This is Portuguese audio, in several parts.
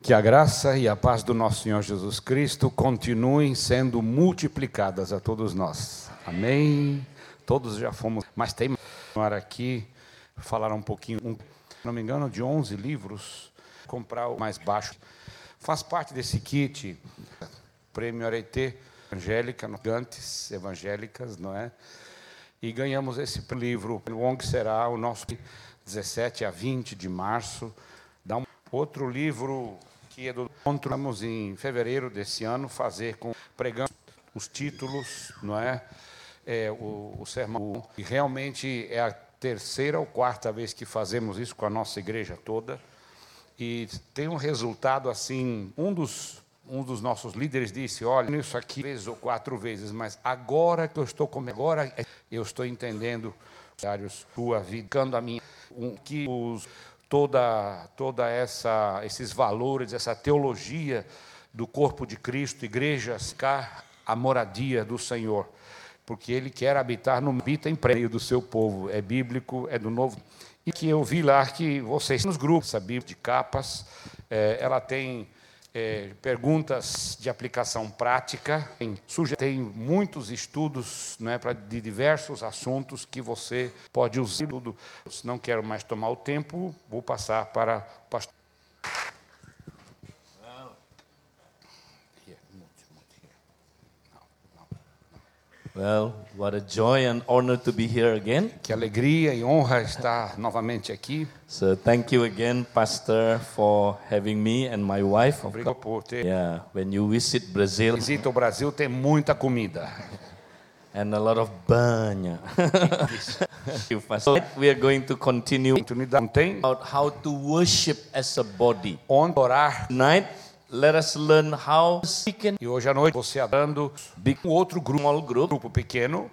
Que a graça e a paz do nosso Senhor Jesus Cristo continuem sendo multiplicadas a todos nós. Amém. Todos já fomos, mas tem mais aqui falar um pouquinho, um, se não me engano, de 11 livros, comprar o mais baixo. Faz parte desse kit Prêmio Arete Evangélica, no Gantes Evangélicas, não é? E ganhamos esse livro. O ONG será o nosso 17 a 20 de março. Dá um outro livro que é do encontro vamos em fevereiro desse ano fazer com pregando os títulos, não é? É, o, o sermão e realmente é a terceira ou quarta vez que fazemos isso com a nossa igreja toda e tem um resultado assim. Um dos, um dos nossos líderes disse: Olha, isso aqui três ou quatro vezes, mas agora que eu estou comendo, agora eu estou entendendo vários sua vida, ficando a minha, um, que os, toda, toda essa esses valores, essa teologia do corpo de Cristo, igrejas, cá, a moradia do Senhor. Porque ele quer habitar no habita em prédio do seu povo. É bíblico, é do novo e que eu vi lá que vocês nos grupos, essa Bíblia de capas, eh, ela tem eh, perguntas de aplicação prática, tem, suge- tem muitos estudos né, pra, de diversos assuntos que você pode usar. Tudo. Se não quero mais tomar o tempo, vou passar para o pastor. Well, what a joy and honor to be here again. Que alegria e honra estar novamente aqui. So thank you again, Pastor, for having me and my wife. Of Obrigado course. por ter. Yeah, when you visit Brazil Visita o Brasil, tem muita comida. and a lot of banha. Thank you, Pastor. Tonight We are going to continue Oportunidade não tem? about how to worship as a body. Onde orar Tonight, let us learn how we can E hoje à noite você andando be um outro grupo, small group. grupo pequeno,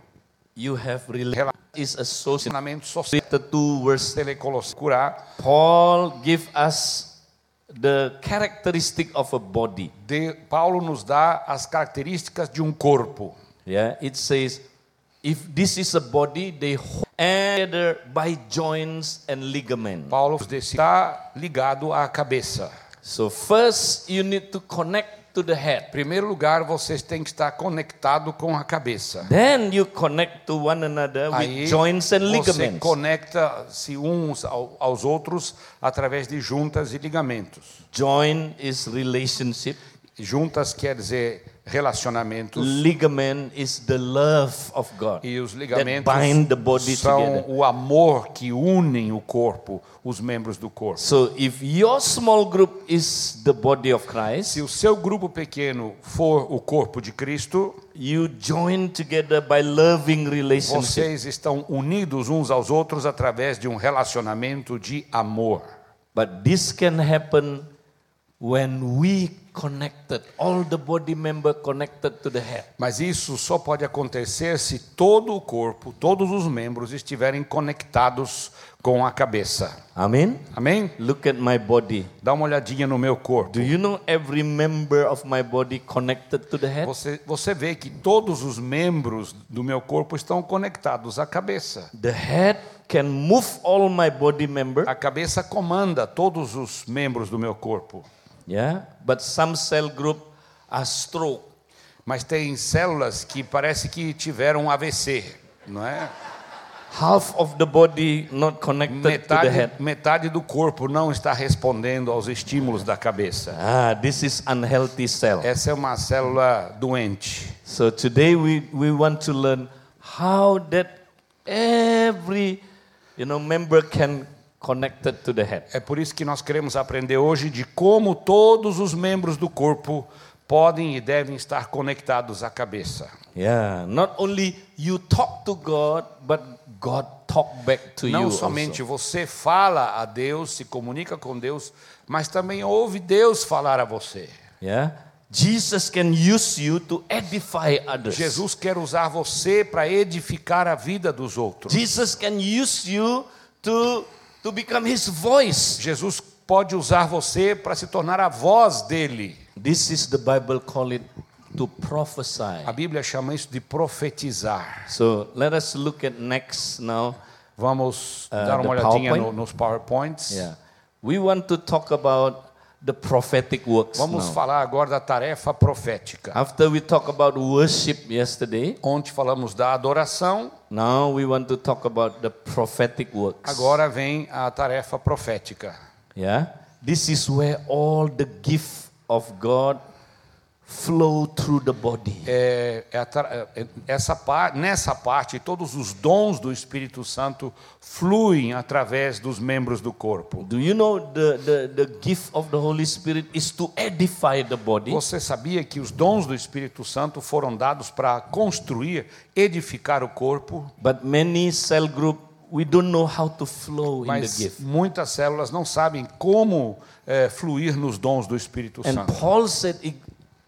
You have rela- is associated relacionamento social, to verse telecolos, curar, Paul give us the characteristic of a body. de, Paulo nos dá as características de um corpo. Yeah, it says, if this is a body, they hold together by joints and ligament. Paulo nos disse, está ligado à cabeça. So first, you need to connect to the Em head. primeiro lugar, vocês têm que estar conectado com a cabeça. Then you connect to one another Aí with joints você and ligaments. conecta-se uns ao- aos outros através de juntas e ligamentos. Joint is relationship. Juntas quer dizer relacionamentos Ligament is the love of God. E os that ligamentos bind the body são together. o amor que unem o corpo, os membros do corpo. So if your small group is the body of Se Christ, o seu grupo pequeno for o corpo de Cristo, you join together by loving relationship. vocês estão unidos uns aos outros através de um relacionamento de amor. But this can happen when we connected, all the body member connected to the head. Mas isso só pode acontecer se todo o corpo, todos os membros estiverem conectados com a cabeça. Amen. Amém? Look at my body. Dá uma olhadinha no meu corpo. Do you know every member of my body connected to the head? Você, você vê que todos os membros do meu corpo estão conectados à cabeça. The head can move all my body member. A cabeça comanda todos os membros do meu corpo, Yeah. But some cell group are stroke. mas tem células que parece que tiveram um AVC, não é? Half of the body not connected to the head. Metade, metade do corpo não está respondendo aos estímulos da cabeça. Ah, this is unhealthy cell. Essa é uma célula doente. So today we, we want to learn how that every you know member can connected to the head. É por isso que nós queremos aprender hoje de como todos os membros do corpo podem e devem estar conectados à cabeça. Yeah, not only you talk to God, but God talk back to you. Não also. somente você fala a Deus, se comunica com Deus, mas também ouve Deus falar a você. Yeah, Jesus can use you to edify others. Jesus quer usar você para edificar a vida dos outros. Jesus can use you to to become His voice. Jesus pode usar você para se tornar a voz dele. This is the Bible call it to prophesy. A Bíblia chama isso de profetizar. So let us look at next now. Vamos Ah, dar the uma olhadinha PowerPoint? no- nos PowerPoints. Yeah. We want to talk about the prophetic works Vamos now. falar agora da tarefa profética. After we talk about worship yesterday, Ontem falamos da adoração, now we want to talk about the prophetic works. agora vem a tarefa profética. Yeah. This is where all the gift of God flow through the body. Eh. É, é a tar- é- essa pa- nessa parte, todos os dons do Espírito Santo fluem através dos membros do corpo. Do you know the, the, the gift of the Holy Spirit is to edify the body? Você sabia que os dons do Espírito Santo foram dados para construir, edificar o corpo? But many cell group, we don't know how to flow in the Mas gift. muitas células não sabem como eh, fluir nos dons do Espírito And Santo. Paul said,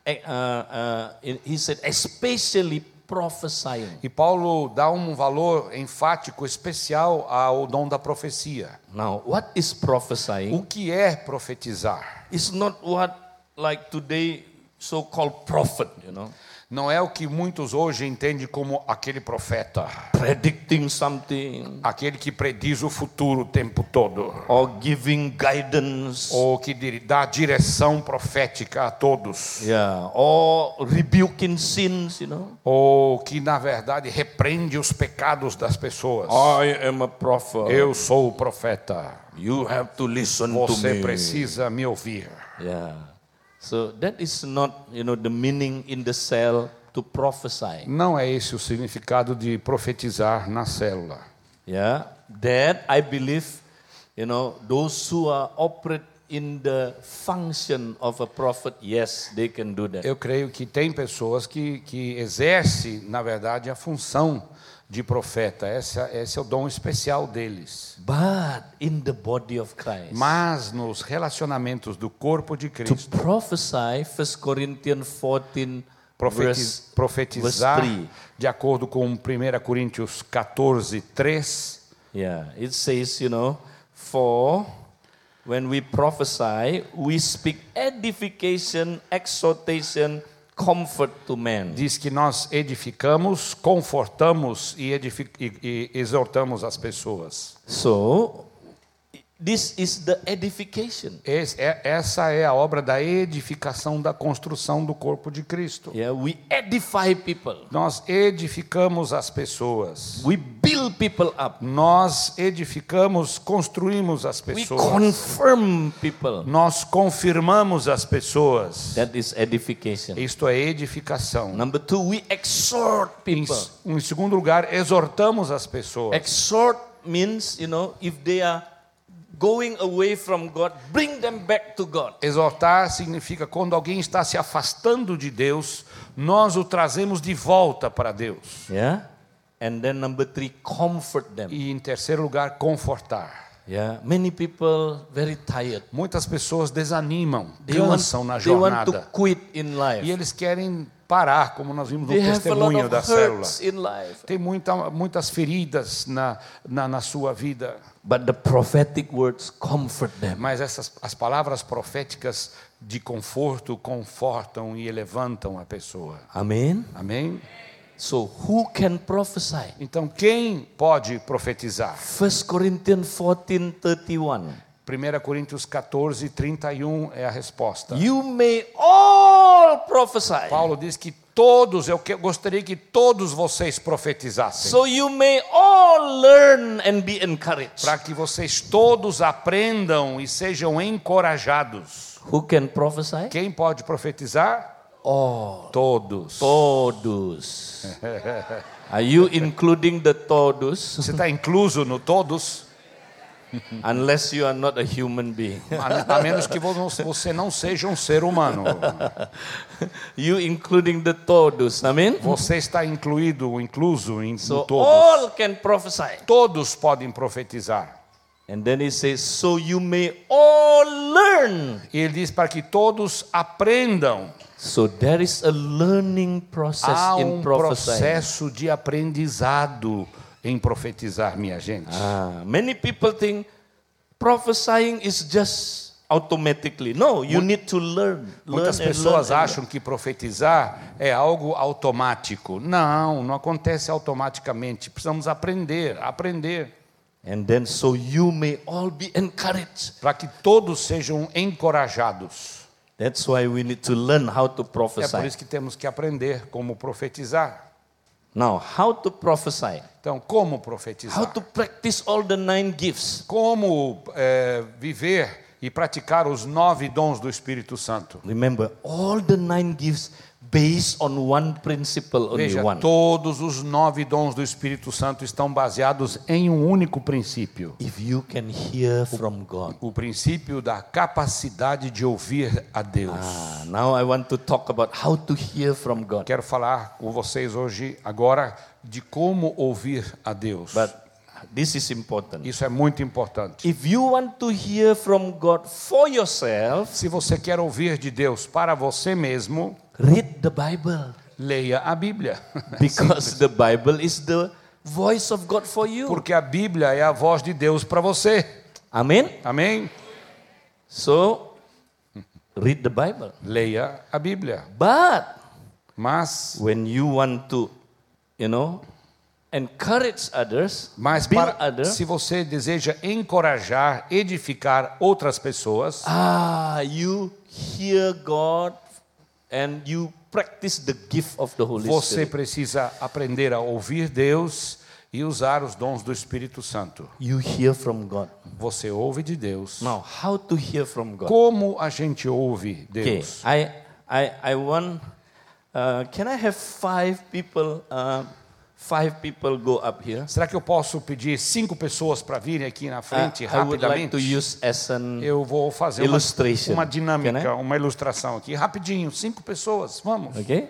eh, uh, uh, he said, especially prophesying. E Paulo dá um valor enfático especial ao dom da profecia. Now, what is prophesying? O que é profetizar? It's not what, like today, so-called prophet, you know, Não é o que muitos hoje entendem como aquele profeta, predicting something aquele que prediz o futuro o tempo todo, or giving guidance, ou que dir- dá direção profética a todos, yeah, or rebuking sins, you know. ou que na verdade repreende os pecados das pessoas. I am a prophet. Eu sou o profeta. You have to listen Você precisa me ouvir. Yeah. So that is not, you know, the meaning in the cell to prophesy. Não é esse o significado de profetizar na célula. Yeah. That I believe, you know, those who are operate in the function of a prophet, yes, they can do that. Eu creio que tem pessoas que, que exercem, na verdade, a função de profeta. Essa, esse é o dom especial deles. But in the body of Christ, Mas nos relacionamentos do corpo de to Cristo, prophesy, 1 Corinthians 14, profetiz- verse, profetizar, verse three. de acordo com 1 Coríntios 14, 3, Yeah, it says, you know, for when we prophesy, we speak edification, exhortation, comfort to men. diz que nós edificamos, confortamos e, edifi- e- e exortamos as pessoas. So, this is the edification. Esse é- essa é a obra da edificação, da construção do corpo de Cristo. Yeah, we edify people. Nós edificamos as pessoas. We build people up. Nós edificamos, construímos as We pessoas. confirm people. Nós confirmamos as pessoas. That is edification. Isto é edificação. Number two, we exhort Em, people. s- em segundo lugar, exortamos as É pessoas. Exhort means, you know, if they are going away from God, bring them back to God. Exortar significa quando alguém está se afastando de Deus, nós o trazemos de volta para Deus. Yeah. And then number three, comfort them. E em terceiro lugar, confortar. Yeah. Many people very tired. Muitas pessoas desanimam, They want, cansam na they want to jornada quit in life. e eles querem parar, como nós vimos no They have a lot testemunho of da célula. hurts in life. Tem muita, muitas feridas na, na, na sua vida, But the prophetic words comfort them. mas essas as palavras proféticas de conforto confortam e levantam a pessoa. Amen. Amém? So who can prophesy? Então, quem pode profetizar? 1 Corinthians 14 31. 1 Coríntios 14, 31 é a resposta. You may all prophesy. Paulo diz que todos, eu que- gostaria que todos vocês profetizassem, So you may all learn and be encouraged. para que vocês todos aprendam e sejam encorajados. Who can prophesy? Quem pode profetizar? All. Todos. Todos. Are you including the todos? Você está incluso no todos? Unless you are not a human being. A, a menos que vo- você não seja um ser humano. You including the todos. Amen? Você está incluído, incluso em So no todos. all can prophesy. Todos podem profetizar. And then he says, so you may all learn. E ele diz para que todos aprendam. So there is a learning process Há in um prophesying. processo de aprendizado em profetizar, minha gente. Ah, many people think prophesying is just automatically. No, you need to learn. learn Muitas and pessoas learn and acham que profetizar é algo automático. Não, não acontece automaticamente. Precisamos aprender, aprender. learn. And then so you may all be encouraged. para que todos sejam encorajados. That's why we need to learn how to É por prophesy. isso que temos que aprender como profetizar. Now, how to prophesy? Então, como How profetizar? to practice all the nine gifts? Como é, viver e praticar os nove dons do Espírito Santo? Remember, all the nine gifts based on one principle, only Veja, one. todos os nove dons do Espírito Santo estão baseados em um único princípio: If you can hear from God. o princípio da capacidade de ouvir a Deus. Ah, now I want to talk about how to hear from God. Quero falar com vocês hoje, agora, de como ouvir a Deus. But this is important. Isso é muito importante. If you want to hear from God for yourself, Se você quer ouvir de Deus para você mesmo, read the Bible. leia a Bíblia. Because the Bible is the voice of God for you. Porque a Bíblia é a voz de Deus para você. Amen? Amém? So, read the Bible. Leia a Bíblia. But Mas, when you want to, you know, encourage others, mas build para, others, se você deseja encorajar, edificar outras pessoas, ah, you hear God and you practice the gift of the Holy você Spirit. precisa aprender a ouvir Deus e usar os dons do Espírito Santo. You hear from God. Você ouve de Deus. Now, how to hear from God? Como a gente ouve Okay, Deus? I, I, I want. Uh, can I have five people? Uh, five people go up here. Será que eu posso pedir cinco pessoas para virem aqui na Uh, frente I would like rapidamente? to use as an. Eu vou fazer uma, Illustration. uma Can dinâmica, uma ilustração aqui. Rapidinho, cinco pessoas, vamos. Okay.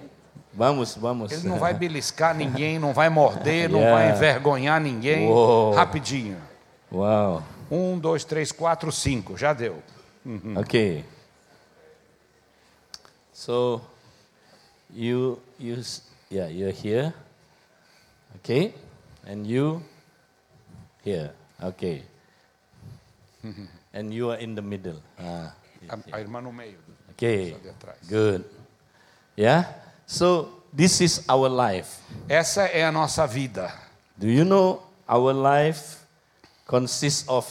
Vamos, vamos. Ele não vai beliscar ninguém, não vai morder, não Yeah. vai envergonhar ninguém. Uou. Rapidinho. Wow. Um, dois, três, quatro, cinco. Já deu. Okay. So, you you s- yeah you're here. Okay, and you here. Okay. and you are in the middle. Ah. A, a irmã no meio. Okay. de atrás. Good. Yeah? So this is our life. Essa é a nossa vida. Do you know our life consists of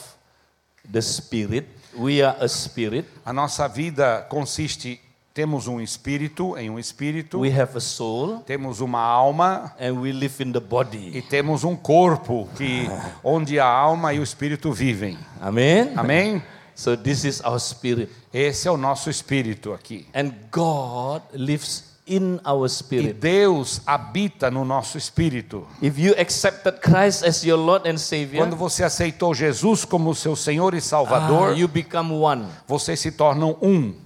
the spirit? We are a spirit. A nossa vida consiste. Temos um espírito, em um espírito, We have a soul temos uma alma and we live in the e body. temos um corpo que, onde a alma e o espírito vivem. Amen. Amém? So this is our spirit. Esse é o nosso espírito aqui. And God lives in our E spirit. Deus habita no nosso espírito. If you accepted Christ as your Lord and Savior, Quando você aceitou Jesus como seu Senhor e ah, Salvador, you become one. vocês se tornam um.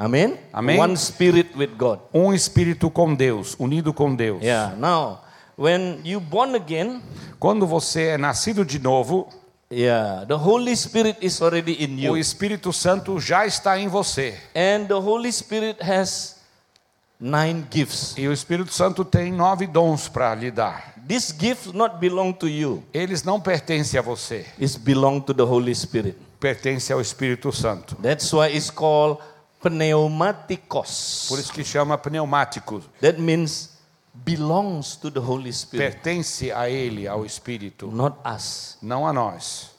Amen. Amen. One spirit with God. Um espírito com Deus, unido com Deus. Yeah. Now, when you born again, Quando você é nascido de novo, yeah, the Holy Spirit is already in o you, Espírito Santo já está em você. and the Holy Spirit has nine gifts. E o Espírito Santo tem nove dons para lhe dar. These gifts not belong to you; Eles não pertencem a você, it's belong to the Holy Spirit. pertencem ao Espírito Santo. That's why it's called pneumatikos. Por isso que chama pneumático. That means belongs to the Holy Spirit, Pertence a ele, ao Espírito, not us. não a nós.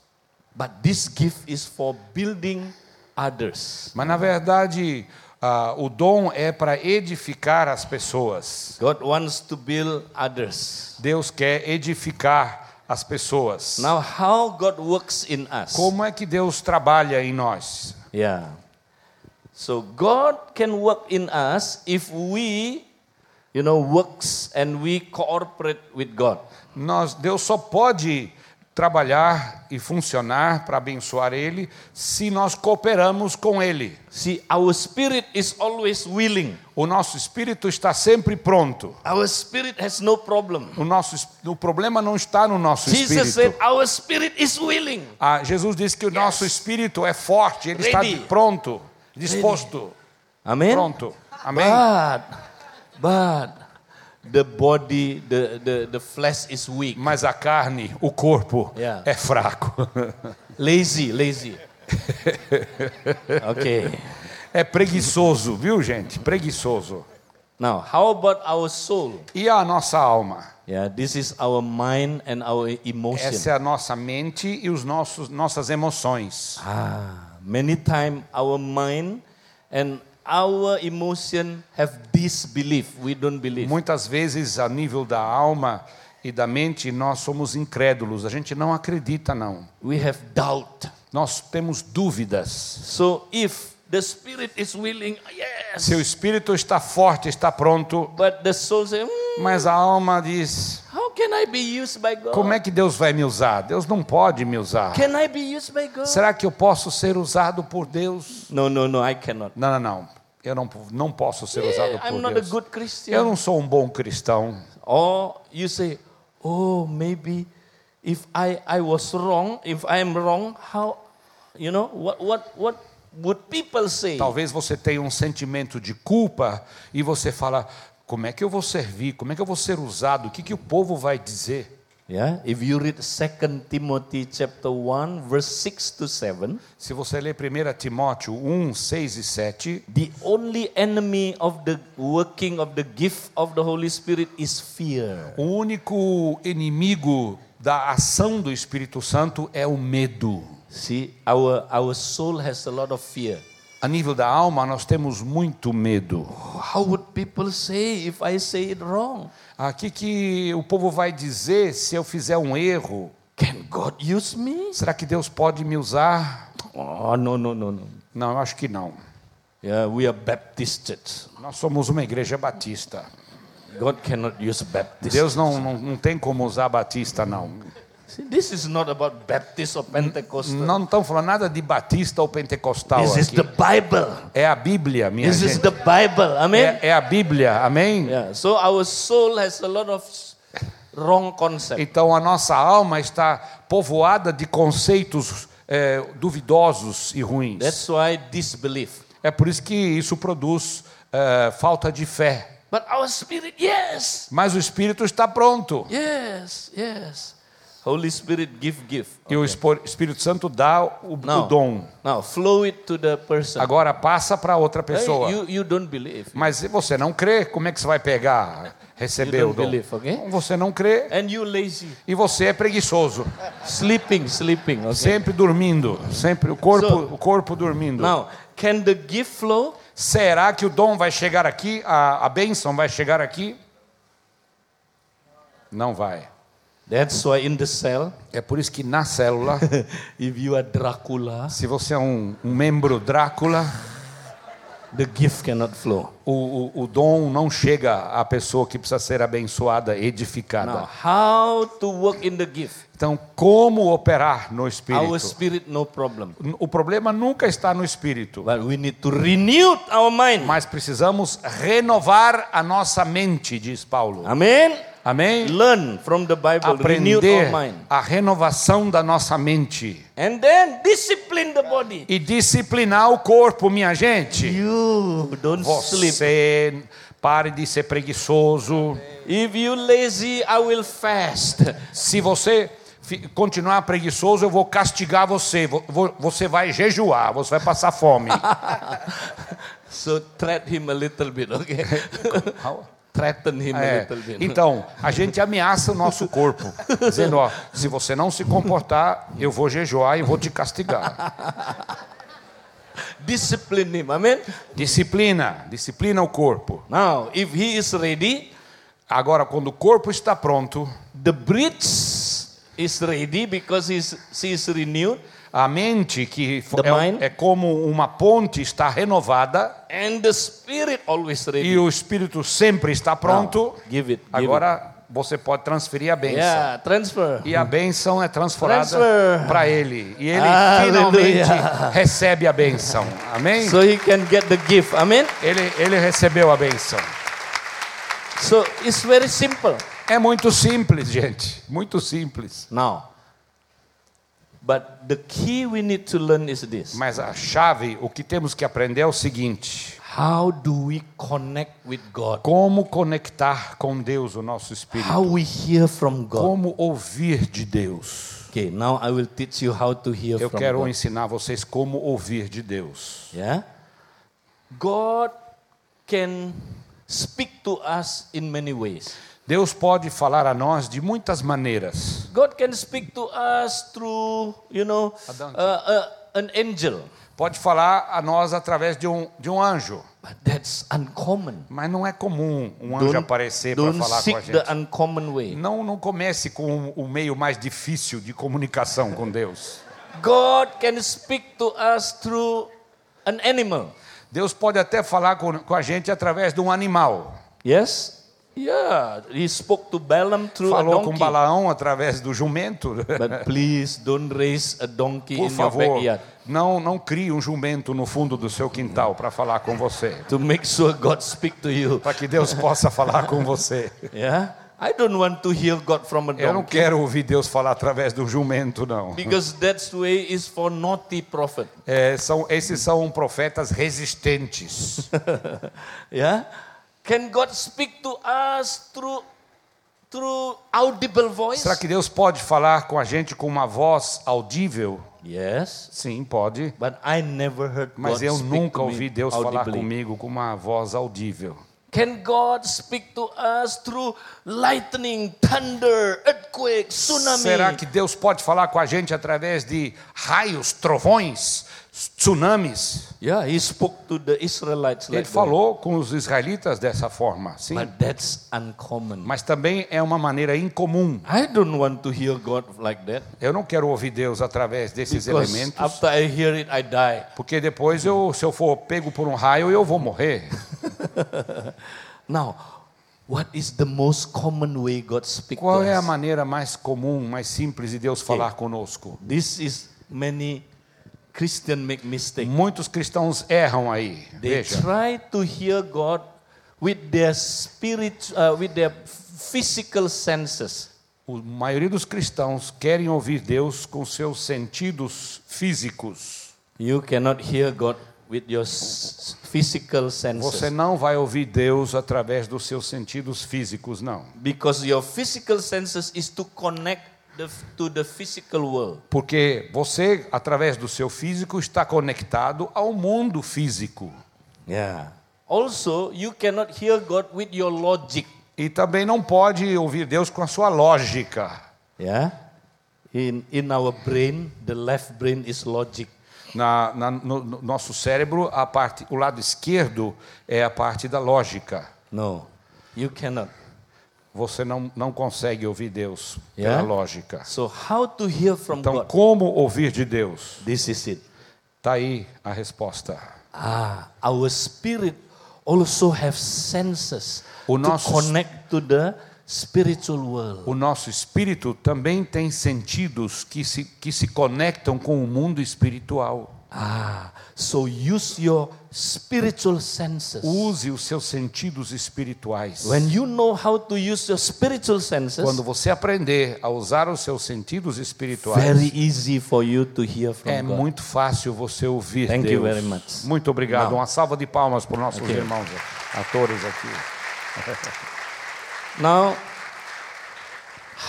But this gift is for building others. Mas na verdade, ah, o dom é para edificar as pessoas. God wants to build others. Deus quer edificar as pessoas. Now, how God works in us? Como é que Deus trabalha em nós? Yeah. So God can work in us if we, you know, works and we cooperate with God. Nós, Deus só pode trabalhar e funcionar para abençoar Ele se nós cooperamos com Ele. See, our spirit is always willing. O nosso espírito está sempre pronto. Our spirit has no problem. O, nosso, es- o problema não está no nosso Jesus é- said, espírito. "Our spirit is willing." Ah, Jesus disse que o nosso espírito é forte, ele Ready. está pronto, disposto, Amen. Ah. pronto. Amém? But, but the body, the, the, the flesh is weak, Mas a carne, o corpo, Yeah. é fraco, lazy, lazy. Okay. é preguiçoso, viu gente? Preguiçoso. Now, how about our soul? E a nossa alma? Yeah, this is our mind and our emotion. Essa é a nossa mente e os nossos nossas emoções. Ah, many times our mind and our emotion have disbelief. We don't believe. Muitas vezes a nível da alma e da mente nós somos incrédulos, a gente não acredita não. We have doubt. Nós temos dúvidas. So if the spirit is willing, yes, Seu espírito está forte, está pronto, but the soul says, mas a alma diz: how can I be used by God? Como é que Deus vai me usar? Deus não pode me usar. Can I be used by God? Será que eu posso ser usado por Deus? No, no, no, I cannot. Não, não, não. Eu não, não posso ser usado Yeah, I'm por not a Deus. good Christian. Eu não sou um bom cristão. Or you say, oh, maybe if I, I was wrong, if I am wrong, how, you know, what, what, what would people say? Talvez você tenha um sentimento de culpa e você fala: como é que eu vou servir? Como é que eu vou ser usado? O que, que o povo vai dizer? Yeah, if you read 2 Timothy chapter 1, verse 6 to 7, Se você ler 1 Timóteo 1, 6 e 7, the only enemy of the working of the gift of the Holy Spirit is fear. o único inimigo da ação do Espírito Santo é o medo. See, our, our soul has a lot of fear. A nível da alma, nós temos muito medo. How would people say if I say it wrong? Ah, O que, que o povo vai dizer se eu fizer um erro? Can God use me? Será que Deus pode me usar? Oh, no, no, no, no. Não, eu acho que não. Yeah, we are Baptist church. Nós somos uma igreja batista. God cannot use Baptist. Deus não, não, não tem como usar batista, não. See, this is not about Baptist or Pentecostal. Nós não estamos falando nada de batista ou pentecostal This is aqui. the Bible. É a Bíblia, minha This is gente. the Bible. Amen. É, é a Bíblia, amém? Yeah. So our soul has a lot of s- wrong concept. Então a nossa alma está povoada de conceitos eh, duvidosos e ruins. That's why disbelief. É por isso que isso produz eh, falta de fé. But our spirit, yes, Mas o Espírito está pronto. yes, yes. Holy Spirit, give, give. E o Espor- Espírito Santo dá o, o dom. Now flow it to the person. Agora passa para outra Tá. Hey, pessoa. you, you don't believe. Mas se você não crê, como é que você vai pegar, receber You o don't dom? believe, okay? Então, Você não crê And you lazy. e você é preguiçoso, Sleeping, sleeping. Okay. sempre dormindo, sempre o corpo, So- o corpo dormindo. Now, can the gift flow? Será que o dom vai chegar aqui? A, a bênção vai chegar aqui? Não vai. That's why in the cell, É por isso que na célula, if you are Dracula, se você é um, um membro Drácula, the gift cannot flow. o, o, o dom não chega à pessoa que precisa ser abençoada, edificada. Now, how to work in the gift? Então, como operar no Our espírito? spirit, no problem. O problema nunca está no espírito, But we need to renew our mind. mas precisamos renovar a nossa mente, diz Paulo. Amen. Amém? Learn from the Bible, renew our Aprender mind. a renovação da nossa mente And then discipline the body. e disciplinar o corpo, minha gente. You don't sleep. Você pare de ser preguiçoso. If you lazy, I will fast. Se você fi- continuar preguiçoso, eu vou castigar você. Vo- vo- Você vai jejuar, você vai passar fome. So threat him a little bit, okay? Eh. Threaten him a É, little bit. Então, a gente ameaça o nosso corpo, dizendo: ó, se você não se comportar, eu vou jejuar e vou te castigar. Discipline him. Amen. Disciplina, disciplina o corpo. Now, if he is ready, Agora, quando o corpo está pronto, the bridge is ready because he's, she is renewed, a mente, que fo- The mind. é, é como uma ponte, está renovada and the spirit always ready. e o espírito sempre está pronto. Give it. Give Agora você pode transferir a it. bênção. Yeah, transfer. E a bênção é transformada Transfer. para ele. E ele Aleluia. finalmente recebe a bênção. Amém? So he can get the gift. Amen. Ele, ele recebeu a bênção. So it's very simple. É muito simples, gente. Muito simples. Now, but the key we need to learn is this Mas a chave, o que temos que aprender é o seguinte: How do we connect with God? como conectar com Deus o nosso espírito, How we hear from God. como ouvir de Deus. Okay, now I will teach you how to hear Eu from quero God. ensinar vocês como ouvir de Deus. Yeah? God can speak to us in many ways. Deus pode falar a nós de muitas maneiras. God can speak to us through, you know, donkey. uh, uh, an angel, Pode falar a nós através de um, de um anjo. but that's uncommon. Mas não é comum um anjo aparecer para don't falar com a seek the gente. uncommon way. Não, não comece com o meio mais difícil de comunicação com Deus. God can speak to us through an animal. Deus pode até falar com, com a gente através de um animal. Yes? Yeah, he spoke to Balaam through Falou a com um donkey. Balaão através do jumento. But please don't raise a donkey Por in your favor, backyard não, não crie um jumento no fundo do seu quintal para falar com você. to make sure God speak to you. Para que Deus possa falar com você. Yeah? I don't want to hear God from a Eu não donkey quero ouvir Deus falar através do jumento, não. because that's way is for naughty prophet. É, são, esses são profetas resistentes. Yeah? Can God speak to us through through audible voice? Será que Deus pode falar com a gente com uma voz audível? Yes. Sim, pode. But I never heard Mas God eu speak nunca to me ouvi Deus falar audibly. comigo com uma voz audível. Can God speak to us through lightning, thunder, earthquake, tsunami? Será que Deus pode falar com a gente através de raios, trovões, tsunamis? Yeah, he spoke to the Israelites Ele like falou com os israelitas dessa forma, sim. that. But that's uncommon. Mas também é uma maneira incomum. I don't want to hear God like that. Eu não quero ouvir Deus através desses Because elementos. after I hear it, I die. Porque depois, eu, se eu for pego por um raio, eu vou morrer. Now, what is the most common way God speaks to Qual é a us? maneira mais comum, mais simples de Deus falar conosco? This is many Christian make mistake. Muitos cristãos erram aí. They Veja, try to hear God with their spirit, uh, with their physical senses. a maioria dos cristãos querem ouvir Deus com seus sentidos físicos. You cannot hear God with your s- physical senses. Você não vai ouvir Deus através dos seus sentidos físicos, não. Because your physical senses is to connect the, to the physical world. Porque você, através do seu físico, está conectado ao mundo físico. Yeah. Also, you cannot hear God with your logic. E também não pode ouvir Deus com a sua lógica. Yeah. In in our brain, the left brain is logic. Na, na- no, no nosso cérebro, a parte, o lado esquerdo é a parte da lógica. No, you cannot. Você não, não consegue ouvir Deus Yeah. pela lógica. So how to hear from Então, God? como ouvir de Deus? This is it. Está aí a resposta. Ah, our spirit also have senses O to nosso- connect to the spiritual world. O nosso espírito também tem sentidos que se, que se conectam com o mundo espiritual. Ah, so use your spiritual senses. Use os seus sentidos espirituais. When you know how to use your spiritual senses, Quando você aprender a usar os seus sentidos very espirituais, easy for you to hear from é God. muito fácil você ouvir Thank Deus. you very much. Muito obrigado. Now. Uma salva de palmas para os nossos Okay. irmãos atores aqui. Now,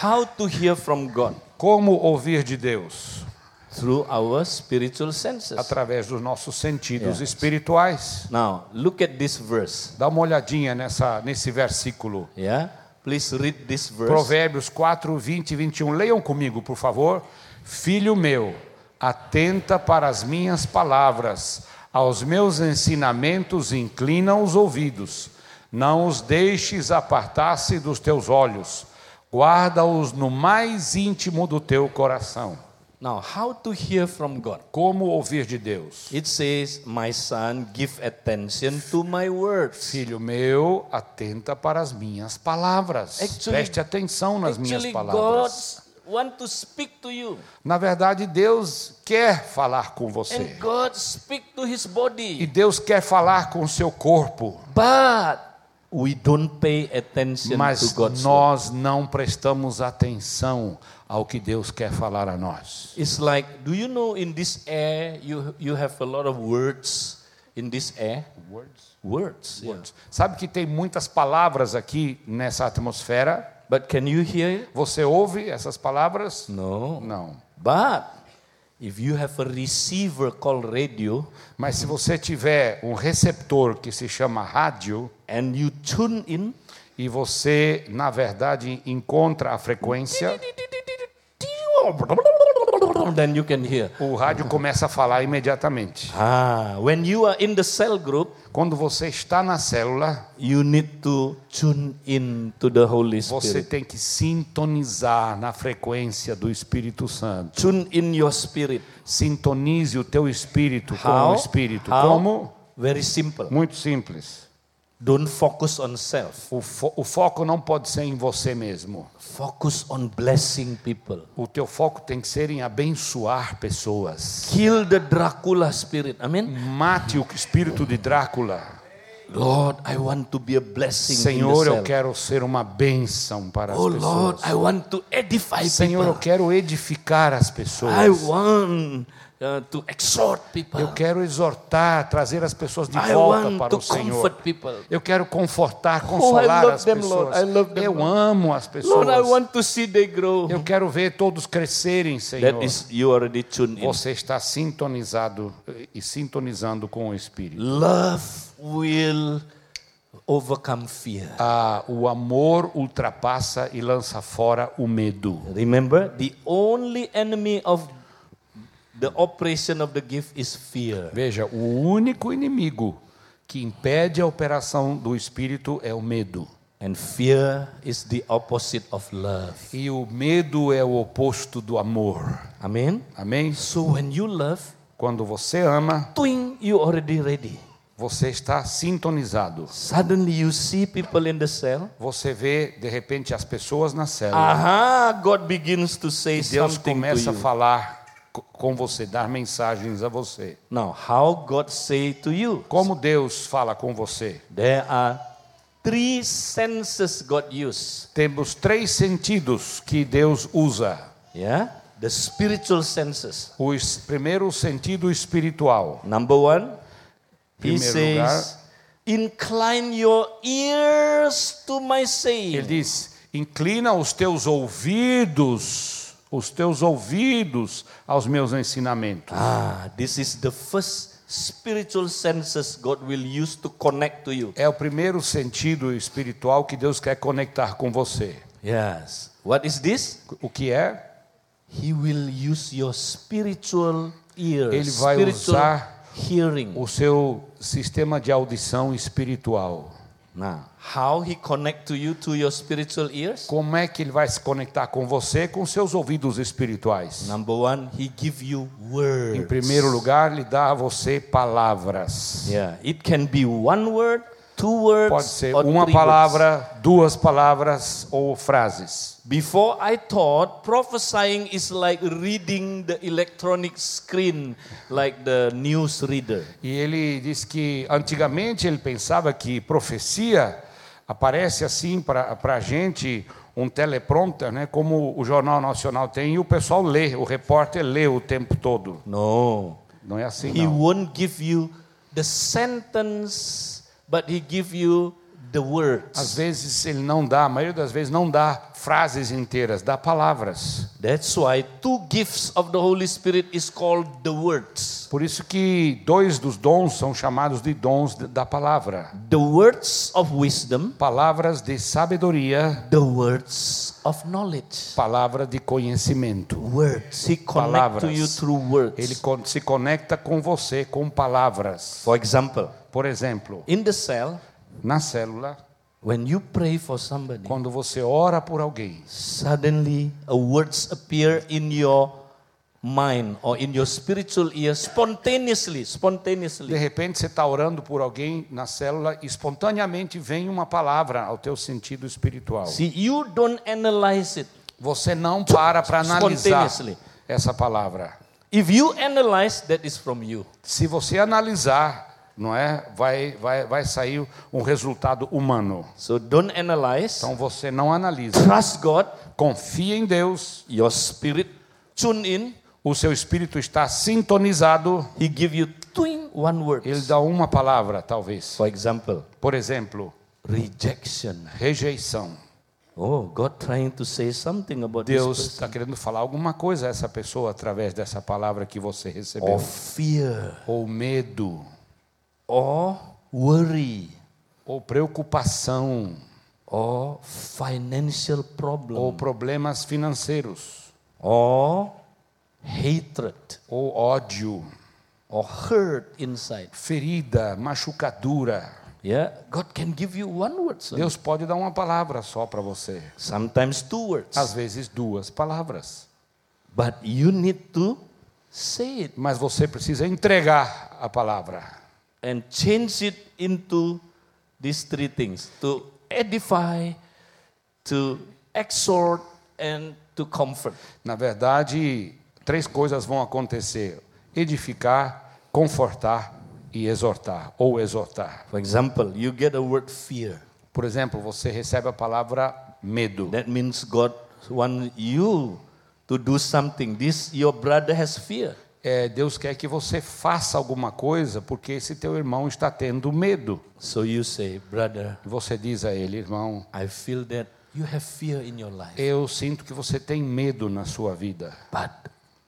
how to hear from God Como ouvir de Deus? through our spiritual senses? Através dos nossos sentidos espirituais. Now, look at this verse. Dá uma olhadinha nessa, nesse versículo. Yeah, please read this verse. Provérbios 4, 20 e 21. Leiam comigo, por favor. Filho meu, atenta para as minhas palavras, aos meus ensinamentos inclina os ouvidos. Não os deixes apartar-se dos teus olhos, guarda-os no mais íntimo do teu coração. Now, how to hear from God? Como ouvir de Deus? It says, "My son, give attention to my words." Filho meu, atenta para as minhas palavras. Actually- Preste atenção nas minhas Actually, God palavras. want to speak to you, Na verdade, Deus quer falar com você. and God speak to His E body, Deus quer falar com o seu corpo, but we don't pay attention to mas God's word. nós não prestamos atenção ao que Deus quer falar a nós. It's like, do you know in this air you you have a lot of words in this air? Words. Words. yeah. Sabe que tem muitas palavras aqui nessa atmosfera? But can you hear it? Você ouve essas palavras? No. Não. But If you have a receiver called radio Mas se você tiver um receptor que se chama rádio and you tune in, e você, na verdade, encontra a frequência, then you can hear. o rádio começa a falar imediatamente. Ah, when you are in the cell group, Quando você está na célula, you need to tune in to the Holy você Spirit. tem que sintonizar na frequência do Espírito Santo. Tune in your spirit. Sintonize o teu espírito com o espírito. How? Como? Very simple. Muito simples. Don't focus on self. O, fo- o foco não pode ser em você mesmo. Focus on blessing people. O teu foco tem que ser em abençoar pessoas. Kill the Dracula spirit. I mean, Mate o espírito de Drácula. Lord, I want to be a blessing Senhor, in eu the cell. quero ser uma bênção para as Oh Lord, pessoas. I want to edify Senhor, eu people. quero edificar as I pessoas. want uh, to exhort people. Eu quero exortar, trazer as pessoas de I volta want para to o Senhor. comfort people. Eu quero confortar, Oh, I consolar love as them, pessoas. Lord. I love them, Eu Lord. amo as Lord, I pessoas. want to see they grow. Eu quero ver todos crescerem, Senhor. That is, you already tuned in. Você está sintonizado eh, e sintonizando com o Espírito. Love will overcome fear. Ah, o amor ultrapassa e lança fora o medo. Remember, the only enemy of the operation of the gift is fear. Veja, o único inimigo que impede a operação do Espírito é o medo. And fear is the opposite of love. E o medo é o oposto do amor. Amen? Amém? So when you love, Quando você ama, twing, you already ready. você está sintonizado. Suddenly you see people in the cell. Você vê, de repente, as pessoas na célula. Aha, God begins to say Deus Ah, something to começa a you. falar co- com você, dar mensagens a você. Now, how God say to you? Como Deus fala com você? There are three senses God use. Temos três sentidos que Deus usa. Yeah? The spiritual senses. O es- primeiro, o sentido espiritual. Number one, he Primeiro lugar. says, incline your ears to my Ele saying. diz: inclina os teus ouvidos, os teus ouvidos aos meus ensinamentos. Ah, this is the first spiritual senses God will use to connect to you. É o primeiro sentido espiritual que Deus quer conectar com você. Yes. What is this? O que é? He will use your spiritual ears, Ele vai spiritual usar hearing. O seu sistema de audição espiritual. Now, how he connect to you to your spiritual ears? Como é que ele vai se conectar com você com seus ouvidos espirituais? Number one, he give you Em words. primeiro lugar, ele dá a você palavras. Yeah, it can be one word, two words, Pode ser or uma three words. palavra, duas palavras ou frases. Before I thought prophesying is like reading the electronic screen, like the news reader. E ele diz que antigamente ele pensava que profecia aparece assim para a gente um teleprompter, né, como o Jornal Nacional tem, e o pessoal lê, o repórter lê o tempo todo. No, Não é assim, he não. won't give you the sentence, but he give you the Às words. vezes ele não dá, a maioria das vezes não dá frases inteiras, dá palavras. That's why two gifts of the Holy Spirit is called the words. Por isso que dois dos dons são chamados de dons d- da palavra. The words of wisdom, Palavras de sabedoria, the words of knowledge. palavra de conhecimento. Words. He connect to Palavras. you through Ele words. con- se conecta com você com palavras. For example, Por exemplo, in the cell, na célula, when you pray for somebody, quando você ora por alguém, suddenly a words appear in your mind or in your spiritual ear spontaneously, de spontaneously. repente você está orando por alguém na célula, espontaneamente vem uma palavra ao teu sentido espiritual. See, you don't analyze it. Você não para para analisar Spontaneously. essa palavra. If you analyze, that is from you. Se você analisar, não é, vai vai vai sair um resultado humano. So don't analyze. Então você não analisa. Trust God. Confia em Deus. Your spirit tune in. O seu espírito está sintonizado. He give you twing one word. Ele dá uma palavra, talvez. For example, Por exemplo, rejection. rejeição. Oh, God trying to say something about Deus this está querendo falar alguma coisa a essa pessoa através dessa palavra que você recebeu. person. Or fear. Ou medo, Or worry. ou preocupação, Or financial ou problem. problemas financeiros, Or hatred. ou ódio, Or hurt inside. ferida, machucadura. Yeah. God can give you one word. son. Deus pode dar uma palavra só para você, Sometimes two words. às vezes duas palavras, But you need to say it mas você precisa entregar a palavra and change it into these three things to edify, to exhort, and to comfort. Na verdade, três coisas vão acontecer: edificar, confortar e exortar ou exortar. For example, you get a word fear. Por exemplo, você recebe a palavra medo. That means God wants you to do something. This your brother has fear. É, Deus quer que você faça alguma coisa porque esse teu irmão está tendo medo. So you say, brother, E Você diz a ele, irmão, I feel that you have fear in your life. eu sinto que você tem medo na sua vida, But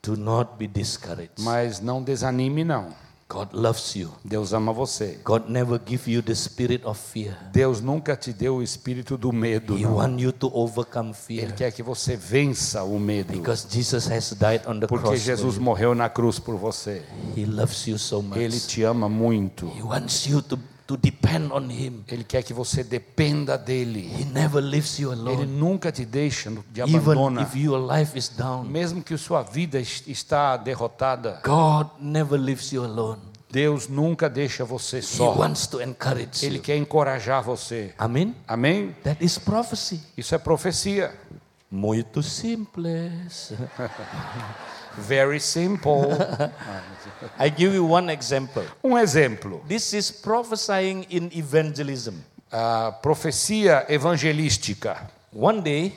do not be discouraged. mas não desanime não. God loves you. Deus ama você. God never give you the spirit of fear. Deus nunca te deu o espírito do medo. He Não. want you to overcome fear. Ele quer que você vença o medo. Because Jesus has died on the Porque cross. Jesus morreu na cruz por você. He loves you so much. Ele te ama muito. He wants you to, to depend on Him. Ele quer que você dependa dele. He never leaves you Ele alone. nunca te deixa, no- te Even abandona. if your life is down, Mesmo que sua vida es- está derrotada, God never leaves you alone. Deus nunca deixa você He só. wants to encourage Ele you. quer encorajar você. Amen? Amém? That is prophecy. Isso é profecia. Muito simples. Very simple. I give you one example. Um exemplo. This is prophesying in evangelism. A profecia evangelística. One day,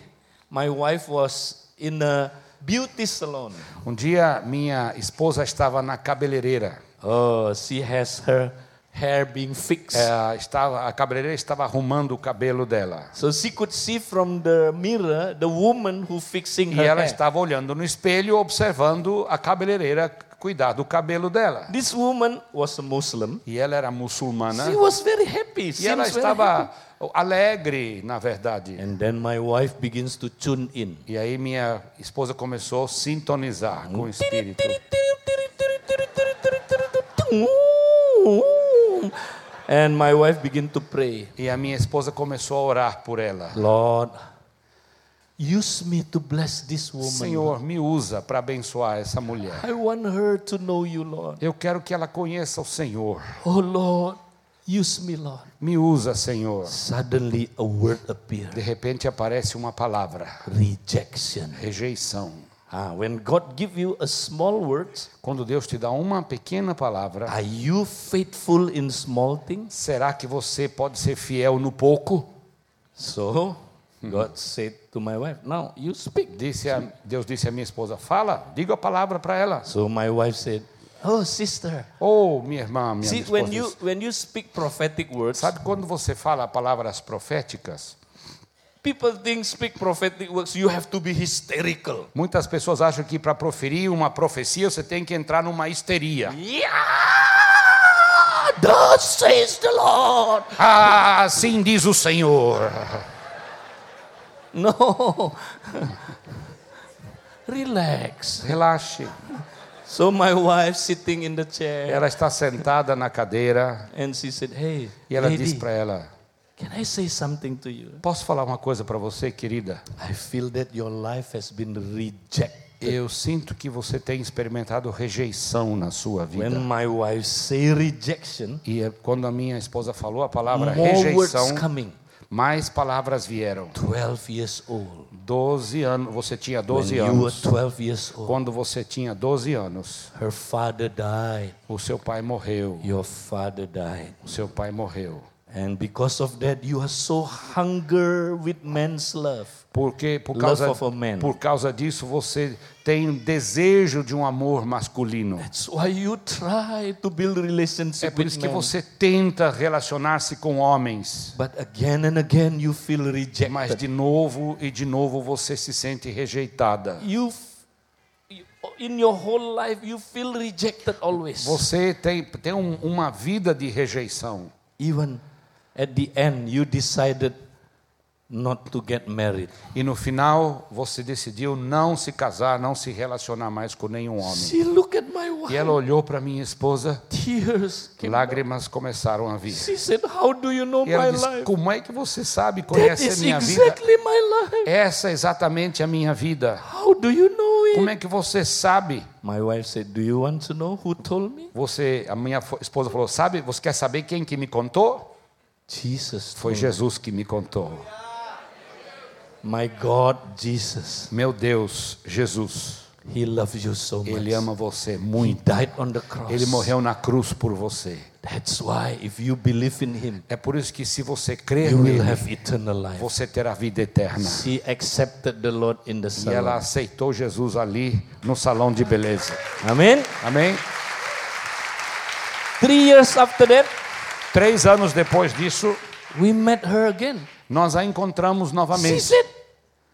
my wife was in a beauty salon. Um dia minha esposa estava na cabeleireira. Oh, she has her hair being fixed. É, estava, a cabeleireira estava arrumando o cabelo dela. So she could see from the mirror the woman who fixing E her ela hair. estava olhando no espelho, observando a cabeleireira cuidar do cabelo dela. This woman was a Muslim. E ela era muçulmana. She was very happy. E ela seems very happy. estava alegre, na verdade. And then my wife begins to tune in. E aí minha esposa começou a sintonizar com o espírito. And my wife begin to pray. E a minha esposa começou a orar por ela. Lord, use me to bless this woman. Senhor, me usa para abençoar essa mulher. I want her to know you, Lord. Eu quero que ela conheça o Senhor. Oh Lord, use me, Lord. Me usa, Senhor. Suddenly a word appeared. De repente aparece uma palavra: Rejection. rejeição. Ah, when God give you a small word, Quando Deus te dá uma pequena palavra, are you faithful in small things? Será que você pode ser fiel no pouco? So God said to my wife, Now you speak. Disse a, Deus disse à minha esposa: Fala, diga a palavra para ela. So my wife said, Oh sister. Ou minha irmã, minha See, esposa. when you disse, when you speak prophetic words, Sabe quando você fala palavras proféticas? people think speak prophetic words, you have to be hysterical. Muitas pessoas acham que para proferir uma profecia você tem que entrar numa histeria. Yeah, thus says the Lord. Ah, assim diz o Senhor. No. Relax. Relaxe. So my wife sitting in the chair Ela está sentada na cadeira and she said, "Hey, e ela lady, diz para ela: can I say something to you? Posso falar uma coisa para você, querida? I feel that your life has been rejected." Eu sinto que você tem experimentado rejeição na sua vida. When my wife say rejection, E é quando a minha esposa falou a palavra more words rejeição, coming. mais palavras vieram. 12 years old. 12 anos, você tinha When 12 you were anos. 12 years old, Quando você tinha 12 anos, her father died. o seu pai morreu. Your father died. O seu pai morreu. And because of that, you are so hunger with man's love. Porque por Love causa, of a man. por causa disso você tem um desejo de um amor masculino. That's why you try to build É relationship por with isso que men. você tenta relacionar-se com homens. But again and again, you feel Mas rejected. de novo e de novo você se sente rejeitada. You, f- you- in your whole life, you feel rejected always. Você tem, tem um- uma vida de rejeição. Even at the end, you decided not to get married. E no final você decidiu não se casar, não se relacionar mais com nenhum homem. See, look at my E wife. ela olhou para minha esposa, Tears. came. lágrimas começaram a vir. She said, "How do you know E my ela disse: life? Como é que você sabe, That conhece a is minha vida? exactly my life. Essa é exatamente a minha vida. How do you know Como it?" é que você sabe? My wife said, "Do you want to know who told me?" Você, a minha fo- esposa falou: Sabe, você quer saber quem que me contou? Hum. Jesus. Foi told Jesus que me contou. me. My God, Jesus. Meu Deus, Jesus, He loves you so much. Ele ama você He muito. died on the cross. Ele morreu na cruz por você. That's why if you believe in him, É por isso que se você crer you will nele, have eternal life. você terá vida eterna. She accepted the Lord in the E ela salon. aceitou Jesus ali no salão de beleza. Amen. Amém? Three years after that, Três anos depois disso, we met her again. nós a encontramos She novamente. said,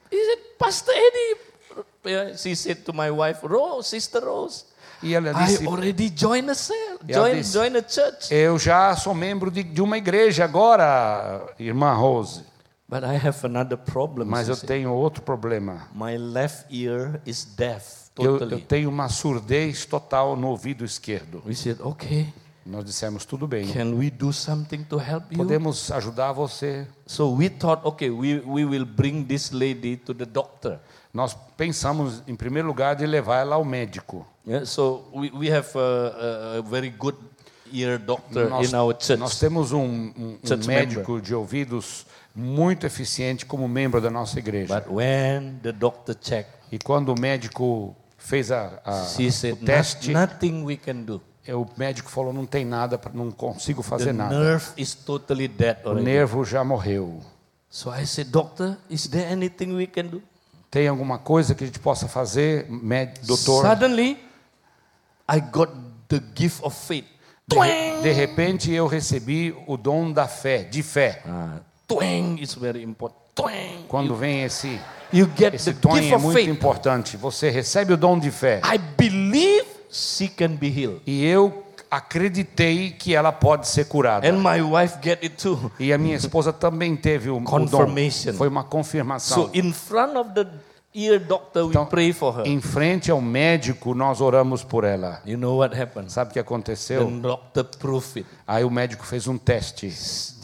he said, Pastor Eddie. Yeah, She said to my wife, Rose, Sister Rose, E ela I disse: already joined a cell, Yeah, join, this- join a church, Eu já sou membro de, de uma igreja agora, irmã Rose. but I have another problem. Mas she eu said. tenho outro problema. My left ear is deaf Eu, totally. eu tenho uma surdez total no ouvido esquerdo. We said, okay, Nós dissemos: tudo bem, can we do something to help you? podemos ajudar você. So we thought, okay, we, we will bring this lady to the doctor. Nós pensamos, em primeiro lugar, de levar ela ao médico. Yeah, so we, we have a, a, a very good ear doctor Nós, in our church. nós temos um, um- um Church médico de ouvidos muito eficiente como membro da nossa igreja. But when the doctor checked, e quando o médico fez a, a- she said, o teste, "Not- nothing we can do. o médico falou: não tem nada, pra- não consigo The fazer nada. nerve is totally dead O already. nervo já morreu. So I said, doctor, is there anything we can do? Tem alguma coisa que a gente possa fazer, méd- doutor? Suddenly, I got the gift of faith. De, re- de repente eu recebi o dom da fé, de fé. Ah, twang is very important. Twang. Quando vem esse, You get esse the dom gift é of muito faith. importante. Você recebe o dom de fé. I believe she can be healed. E eu acreditei que ela pode ser curada. And my wife get it too. E a minha esposa também teve o, o dom. Confirmation. Foi uma So uh-huh. confirmação. in front of the ear doctor, we Então, pray for her. Em frente ao médico, nós oramos por ela. You know what happens? Sabe o que The aconteceu? doctor proved it. Aí o médico fez um teste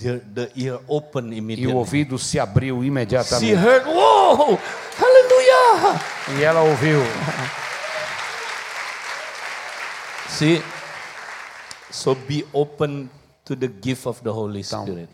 The, the ear opened e o immediately. ouvido se abriu She imediatamente. heard, whoa, hallelujah. E ela ouviu. See, so be open to the gift of the Holy Spirit.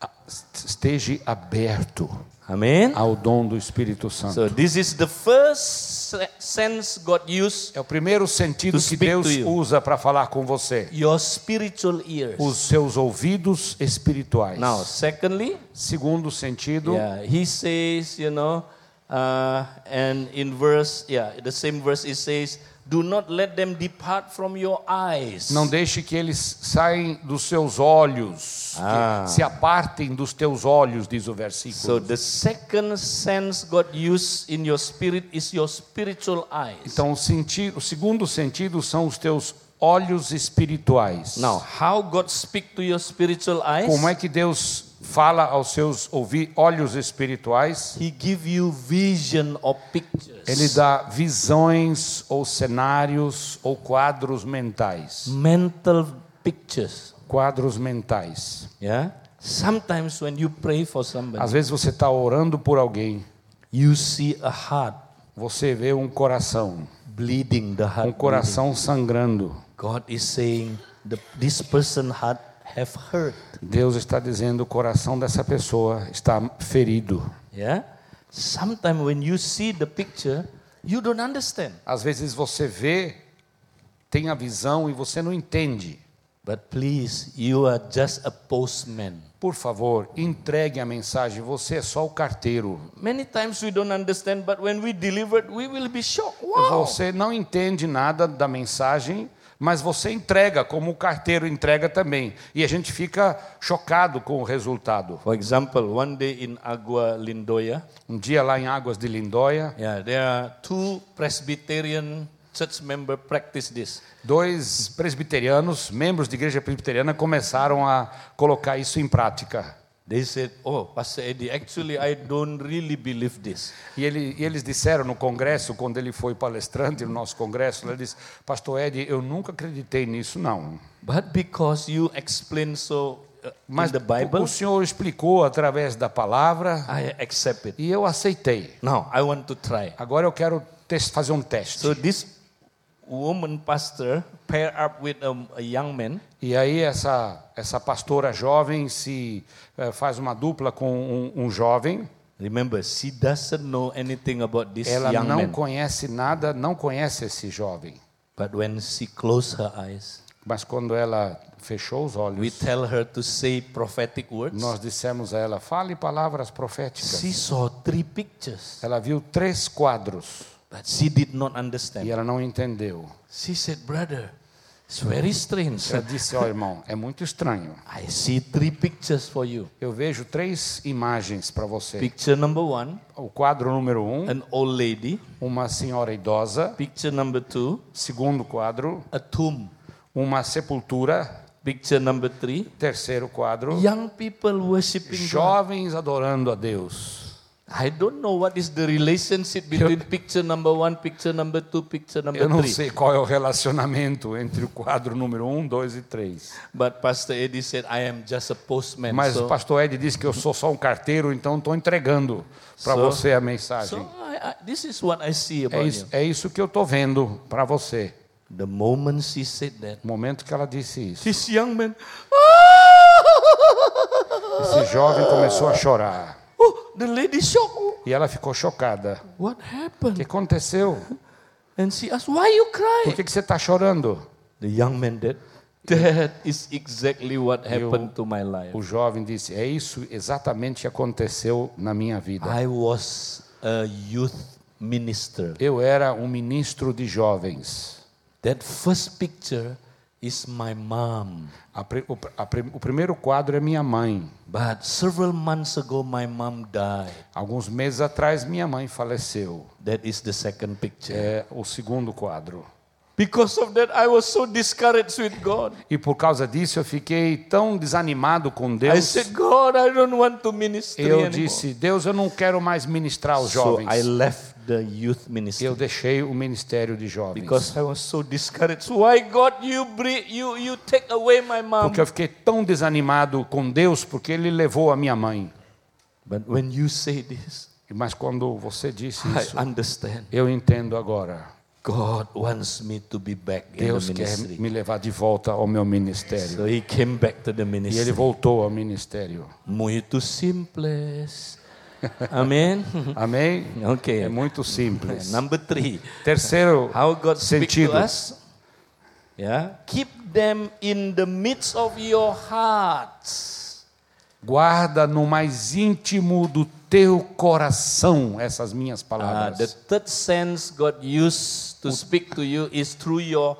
"Ah, Esteja aberto Amen. ao dom do Espírito Santo. So this is the first se- sense God used É o primeiro sentido To que speak Deus to you. usa para falar com você. your spiritual ears. Os seus ouvidos espirituais. Now, secondly, Segundo sentido, yeah, he says, you know, uh, and in verse, yeah, the same verse it says, "Do not let them depart from your eyes." Não deixe que eles saiam dos seus olhos, que Ah. se apartem dos teus olhos, diz o versículo. So the second sense God used in your spirit is your spiritual eyes. Então, o, senti- o segundo sentido são os teus olhos espirituais. Now, how God speak to your spiritual eyes? Como é que Deus fala aos seus ouvi- olhos espirituais? He give you vision or pictures. Ele dá visões ou cenários ou quadros mentais. mental pictures. Quadros mentais. Yeah. Sometimes when you pray for somebody, Às vezes você está orando por alguém, you see a heart você vê um coração, bleeding, the um heart. coração sangrando. God is saying, the, this person heart have hurt. Deus está dizendo o coração dessa pessoa está ferido. Yeah. Sometimes when you see the picture, you don't understand. Às vezes você vê, tem a visão e você não entende. But please, you are just a postman. Por favor, entregue a mensagem. Você é só o carteiro. Many times we don't understand, but when we deliver, it, we will be shocked. Wow! Você não entende nada da mensagem, mas você entrega, como o carteiro entrega também. E a gente fica chocado com o resultado. For example, one day in Agua Lindoya, Um dia lá em Águas de Lindóia, yeah, there are two Presbyterian church member practice this. dois presbiterianos, membros de igreja presbiteriana, começaram a colocar isso em prática. They said, "Oh, Pastor Eddie, actually, I don't really believe this." E, ele- e eles disseram no congresso, quando ele foi palestrante no nosso congresso, ele disse: Pastor Ed, eu nunca acreditei nisso, não. But because you explain so uh, Mas in the Bible, o o senhor explicou através da palavra I accept it. e eu aceitei. Now I want to try. Agora eu quero tes- fazer um teste. So this woman pastor pair up with a, a young man. E aí essa, essa pastora jovem se eh, faz uma dupla com um, um jovem. Remember, she doesn't know anything about this Ela young não man. conhece nada, não conhece esse jovem. But when she closed her eyes, Mas quando ela fechou os we olhos, tell her to say prophetic words. nós dissemos a ela: fale palavras proféticas. She saw three pictures, Ela viu três quadros but she did not e understand. ela não entendeu. She said, "Brother, it's very strange. Ela disse: ó irmão, é muito estranho. I see three pictures for you. Eu vejo três imagens para você. Picture number one, O quadro número um, an old lady. uma senhora idosa. Picture number two, Segundo quadro, a tomb. uma sepultura. Picture number three, Terceiro quadro, young people worshiping God. jovens adorando a Deus. I don't know what is the relationship between picture number one, picture number two, picture number Eu não three. sei qual é o relacionamento entre o quadro número um, dois e três. But Pastor Eddie said, I am just a postman. Mas o so pastor Ed disse que eu sou só um carteiro, então estou entregando para So- você a so mensagem. I, I, this is what I see É about isso, you. é isso que eu estou vendo para você. The moment she said that, No momento que ela disse isso, this young man, esse jovem começou a chorar. oh, the lady shocked. E ela ficou chocada. What O que happened? aconteceu? And she asked, why you cry? Por que, que você está chorando? The young man did. That is exactly what happened to my life. O jovem disse: É isso exatamente que aconteceu na minha vida. I was a youth minister. Eu era um ministro de jovens. That first picture is my mom. A pri- o, pr- a pri- o primeiro quadro é minha mãe. But several months ago, my mom died. Alguns meses atrás, minha mãe faleceu. That is the second picture. É o segundo quadro. Because of that, I was so discouraged with God. E por causa disso, eu fiquei tão desanimado com I Deus. said, God, I don't want to minister Eu anymore. disse: Deus, eu não quero mais ministrar aos So I jovens. left the youth ministry Eu deixei o ministério de jovens. because I was so discouraged. Why God, you bring, you you take away my mom? Porque eu fiquei tão desanimado com Deus, porque Ele levou a minha mãe. But when you say this, Mas quando você disse I isso, understand. eu entendo agora. God wants me to be back in Deus the quer é ministry. me levar de volta ao meu ministério. So he came back to E the ele ministry. voltou ao ministério. Muito simples. Amen. Amém? É Okay. muito simples. Number three. Terceiro, How God speaks to Sentido. us. Yeah. Keep them in the midst of your hearts. guarda no mais íntimo do teu coração essas minhas Uh, the palavras. third sense God used to speak to you is through your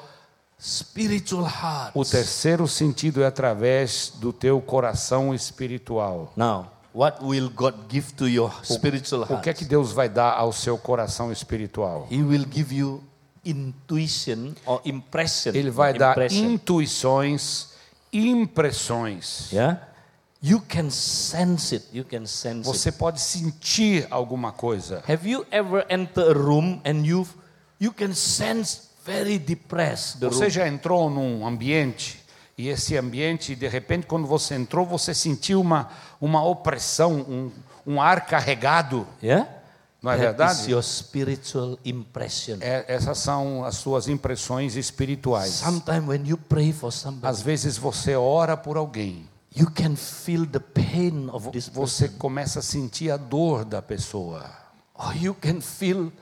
spiritual heart. O terceiro sentido é através do teu coração espiritual. Now, what will God give to your spiritual O que é heart? que Deus vai dar ao seu coração espiritual? He will give you intuition or impression. Ele vai or dar impression. intuições, impressões. Yeah? You can sense it. You can sense it. Você pode sentir alguma coisa. Have you ever entered a room and you you can sense very depressed the Você room? já entrou num ambiente e esse ambiente, de repente, quando você entrou, você sentiu uma, uma opressão, um, um ar carregado. Yeah? Não é That is verdade? your spiritual impression. É, essas são as suas impressões espirituais. Sometimes when you pray for somebody, Às vezes você ora por alguém, you can feel the pain of this person. você começa a sentir a dor da pessoa, Or you can feel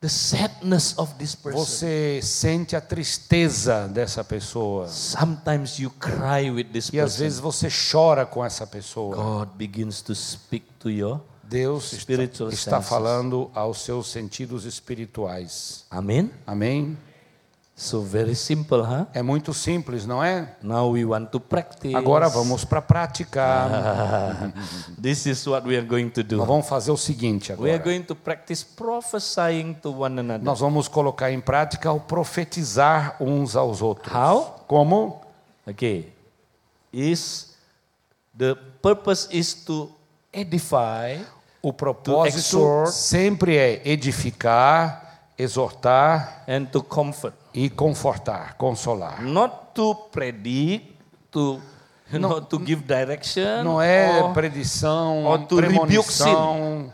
the sadness of this person. Você sente a tristeza dessa pessoa. Sometimes you cry with this E às person. vezes você chora com essa pessoa. God begins to speak to your Deus está, Spiritual está senses. falando aos seus sentidos espirituais. Amen. Amém? So very simple, huh? É muito simples, não é? Now we want to practice. Agora vamos para a prática. This is what we are going to Nós do. vamos fazer o seguinte We are agora. going to practice prophesying to one another. Nós vamos colocar em prática o profetizar uns aos outros. How? Como? Okay. Is the purpose is to edify, O To propósito exhort. sempre é edificar, exortar and to comfort. e confortar, consolar. Not to predict, to you know, to give direction. Não é or- predição, or to premonição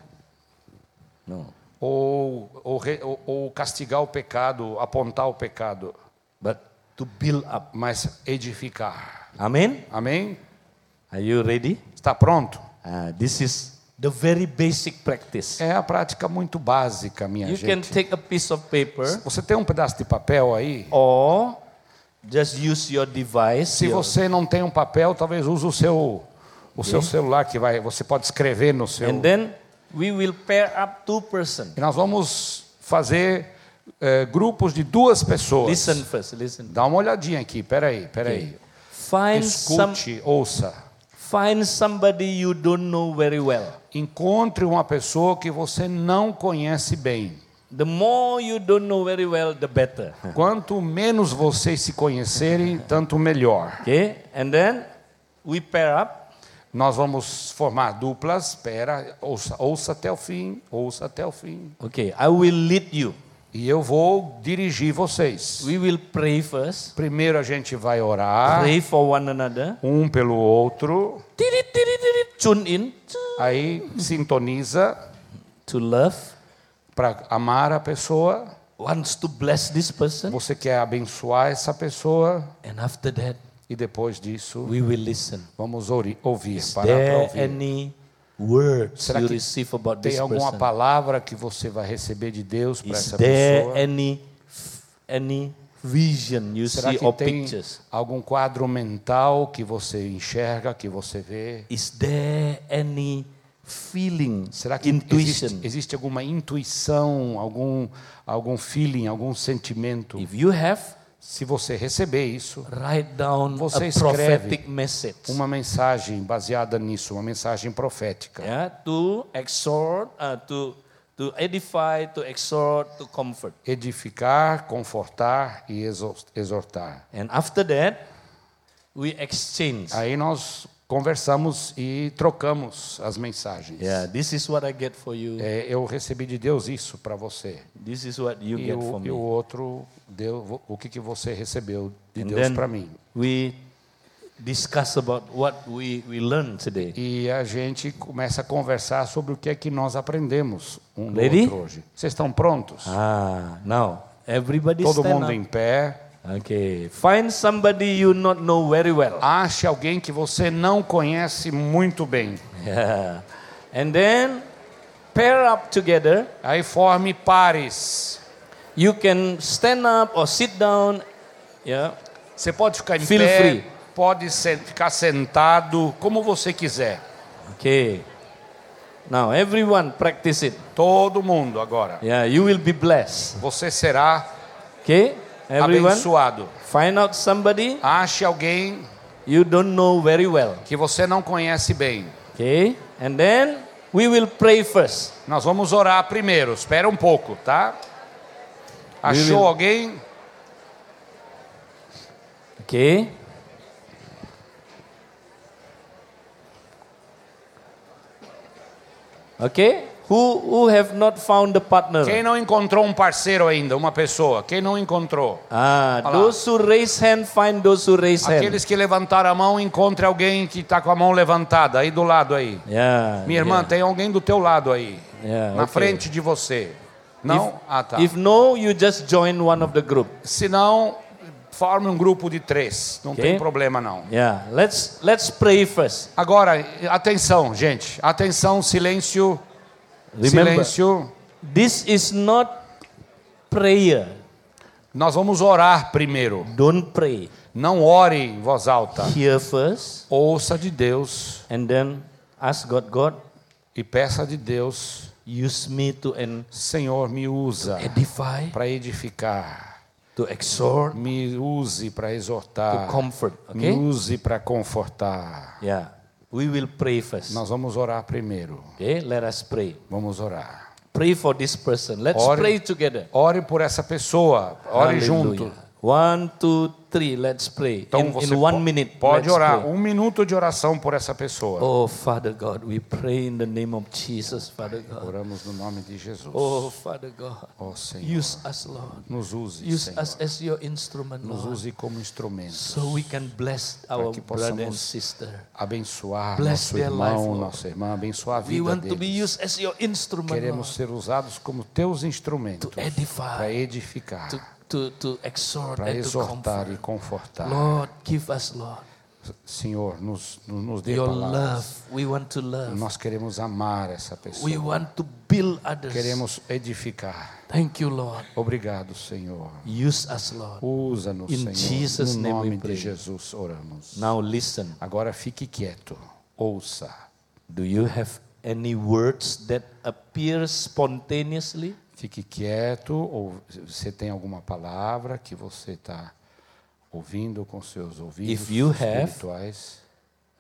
no. ou, ou, re- ou- ou castigar o pecado, apontar o pecado, But to build up. mas edificar. Amen. Amém? Are you ready? Está pronto? Ah, this is the very basic practice. É a prática muito básica, minha You gente. can take a piece of paper Você tem um pedaço de papel aí? or just use your device. Se your- você não tem um papel, talvez use o seu o seu celular que vai, você pode escrever no seu. And then we will pair up two person. E nós vamos fazer eh, grupos de duas pessoas. Listen first, listen. Dá uma olhadinha aqui, peraí, peraí. Find some Escute, ouça. find somebody you don't know very well. Encontre uma pessoa que você não conhece bem. The more you don't know very well, the better. Quanto menos vocês se conhecerem, tanto melhor. Okay? And then we pair up Nós vamos formar duplas. Pera, ouça, ouça até o fim, ouça até o fim. Okay, I will lead you. E eu vou dirigir vocês. We will pray first. Primeiro a gente vai orar Pray for one another. um pelo outro, Tiri, tiri, tiri, Tune in aí sintoniza to love. para amar a pessoa. Wants to bless this person. Você quer abençoar essa pessoa And after that, e depois disso we will listen. vamos ori- ouvir, parar para There ouvir. any words Será you que receive about Tem this alguma person? palavra que você vai receber de Deus para Is essa there pessoa? any any vision you Será see que or tem pictures? algum quadro mental que você enxerga, que você vê? Is there any feeling, Será que intuition? existe, existe alguma intuição, algum algum feeling, algum sentimento? If you have, Se você receber isso, write down Você a escreve prophetic message. uma mensagem baseada nisso, uma mensagem profética, Yeah, to exhort, uh, to to edify, to exhort, to comfort. edificar, confortar e exor- exortar. And after that, we exchange. Aí nós conversamos e trocamos as mensagens. Yeah, this is what I get for you. É, eu recebi de Deus isso para você. This is what you E get for o, e me. o outro, deu, o que, que você recebeu de And Deus then para mim. We discuss about what we, we learned today. E a gente começa a conversar sobre o que é que nós aprendemos um do Ready? outro hoje. Vocês estão prontos? Ah, é now everybody Todo stand mundo up. em pé. Okay, find somebody you not know very well. Ache alguém que você não conhece muito bem. Yeah. And then pair up together. Aí forme pares. You can stand up or sit down. Yeah. Você pode ficar em Feel pé, free. pode se- ficar sentado, como você quiser. Okay. Now everyone practice it. Todo mundo agora. Yeah, you will be blessed. Você será Okay? Everyone abençoado. find out somebody Ache alguém you don't know very well. que você não conhece bem. Okay? And then we will pray first. Nós vamos orar primeiro. Espera um pouco, tá? Will Achou you- alguém? Okay? Okay? Who who have not found the partner? Quem não encontrou um parceiro ainda, uma pessoa? Quem não encontrou? Ah, Olha lá. those who raise hand find those who raise hand. Aqueles que levantaram a mão, encontre alguém que está com a mão levantada aí do lado aí. Yeah. Minha irmã, tem alguém do teu lado aí, Yeah, na okay. frente de você. Não? ah, tá. yeah. If no, you just join one of the group. Se não, forme um grupo de três. Não Ok. tem problema não. Yeah. Let's let's pray first. Agora, atenção, gente. Atenção, silêncio. Remember, Silêncio. this is not prayer. Nós vamos orar primeiro. Don't pray. Não ore em voz alta. Hear first Ouça de Deus and then ask God, God, e peça de Deus, use me to en- Senhor, me usa edify, para edificar. to exhort, Me use para to exortar. comfort. Me Okay? use para confortar. Yeah. We will pray first. Nós vamos orar primeiro. Okay? Let us pray. Vamos orar. Pray for this person. Let's Ore. pray together. Ore por essa pessoa. Ore junto. One, two, three. Let's pray. Então in, você in one po- minute. pode let's orar. pray. Um minuto de oração por essa pessoa. Oh, Father God, we pray in the name of Jesus, Father God. Oramos no nome de Jesus. Oh, Father God, Ó Senhor, use us, Lord. nos use, Use Senhor. us as your instrument, Nos Lord, use como instrumentos. so we can bless our que brother and possamos sister. Abençoar Bless nosso their life, irmão, Lord. nossa irmã, abençoar a We vida want to be dele. used as your instrument, Lord, Queremos ser usados como teus instrumentos to para edify, edificar, to, to, to exhort, para and to comfort. exortar e confortar. Lord, give us, Lord, Senhor, nos, nos nos dê your palavra. love. We want to love. Nós queremos amar essa pessoa. We want to build others. Queremos edificar. Thank you, Lord. Obrigado, Senhor. Use us, Lord. Usa-nos, In Senhor. Jesus' no name we nome pray. de Jesus oramos. Now listen. Agora fique quieto. Ouça. Do you have any words that appear spontaneously? Fique quieto, ou você tem alguma palavra que você está ouvindo com seus ouvidos If you have- espirituais?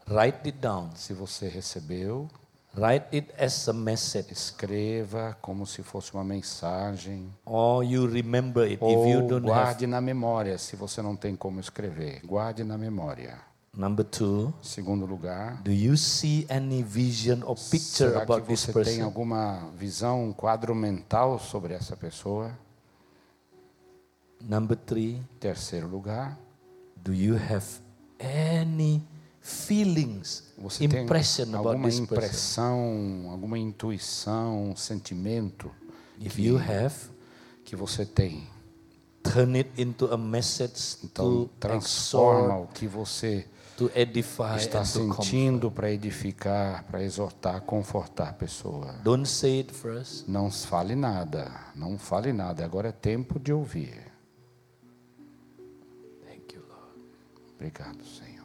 Write it down. Se você recebeu, Write it as a message. escreva como se fosse uma mensagem. Or you remember it if you Ou don't have. guarde na memória, se você não tem como escrever. Guarde na memória. Number two, Segundo lugar, do you see any vision or picture será que about this você tem person? alguma visão, um quadro mental sobre essa pessoa? Number three, Terceiro lugar, do you have any feelings, Você tem impression about alguma this person? impressão, alguma intuição, um sentimento If you have, que você tem? turn it into a message Então, to transforma exhort, o que você to edify, está and to comfort. sentindo para edificar, para exortar, confortar a pessoa. Don't say it first. Não fale nada, não fale nada. Agora é tempo de ouvir. Thank you, Lord. Obrigado, Senhor.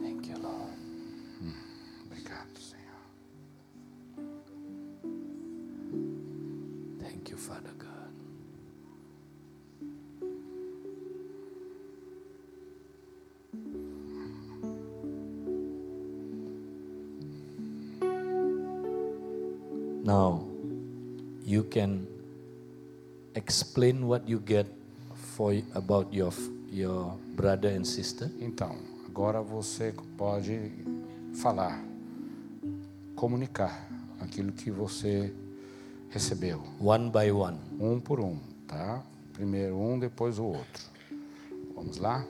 Thank you, Lord. Obrigado, Senhor. Thank you, Father God. Now, you can explain what you get for about your your brother and sister. Então, agora você pode falar, comunicar aquilo que você recebeu. One by one. um por um, tá? Primeiro um, depois o outro. Vamos lá?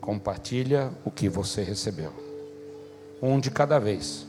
Compartilha o que você recebeu. Um de cada vez.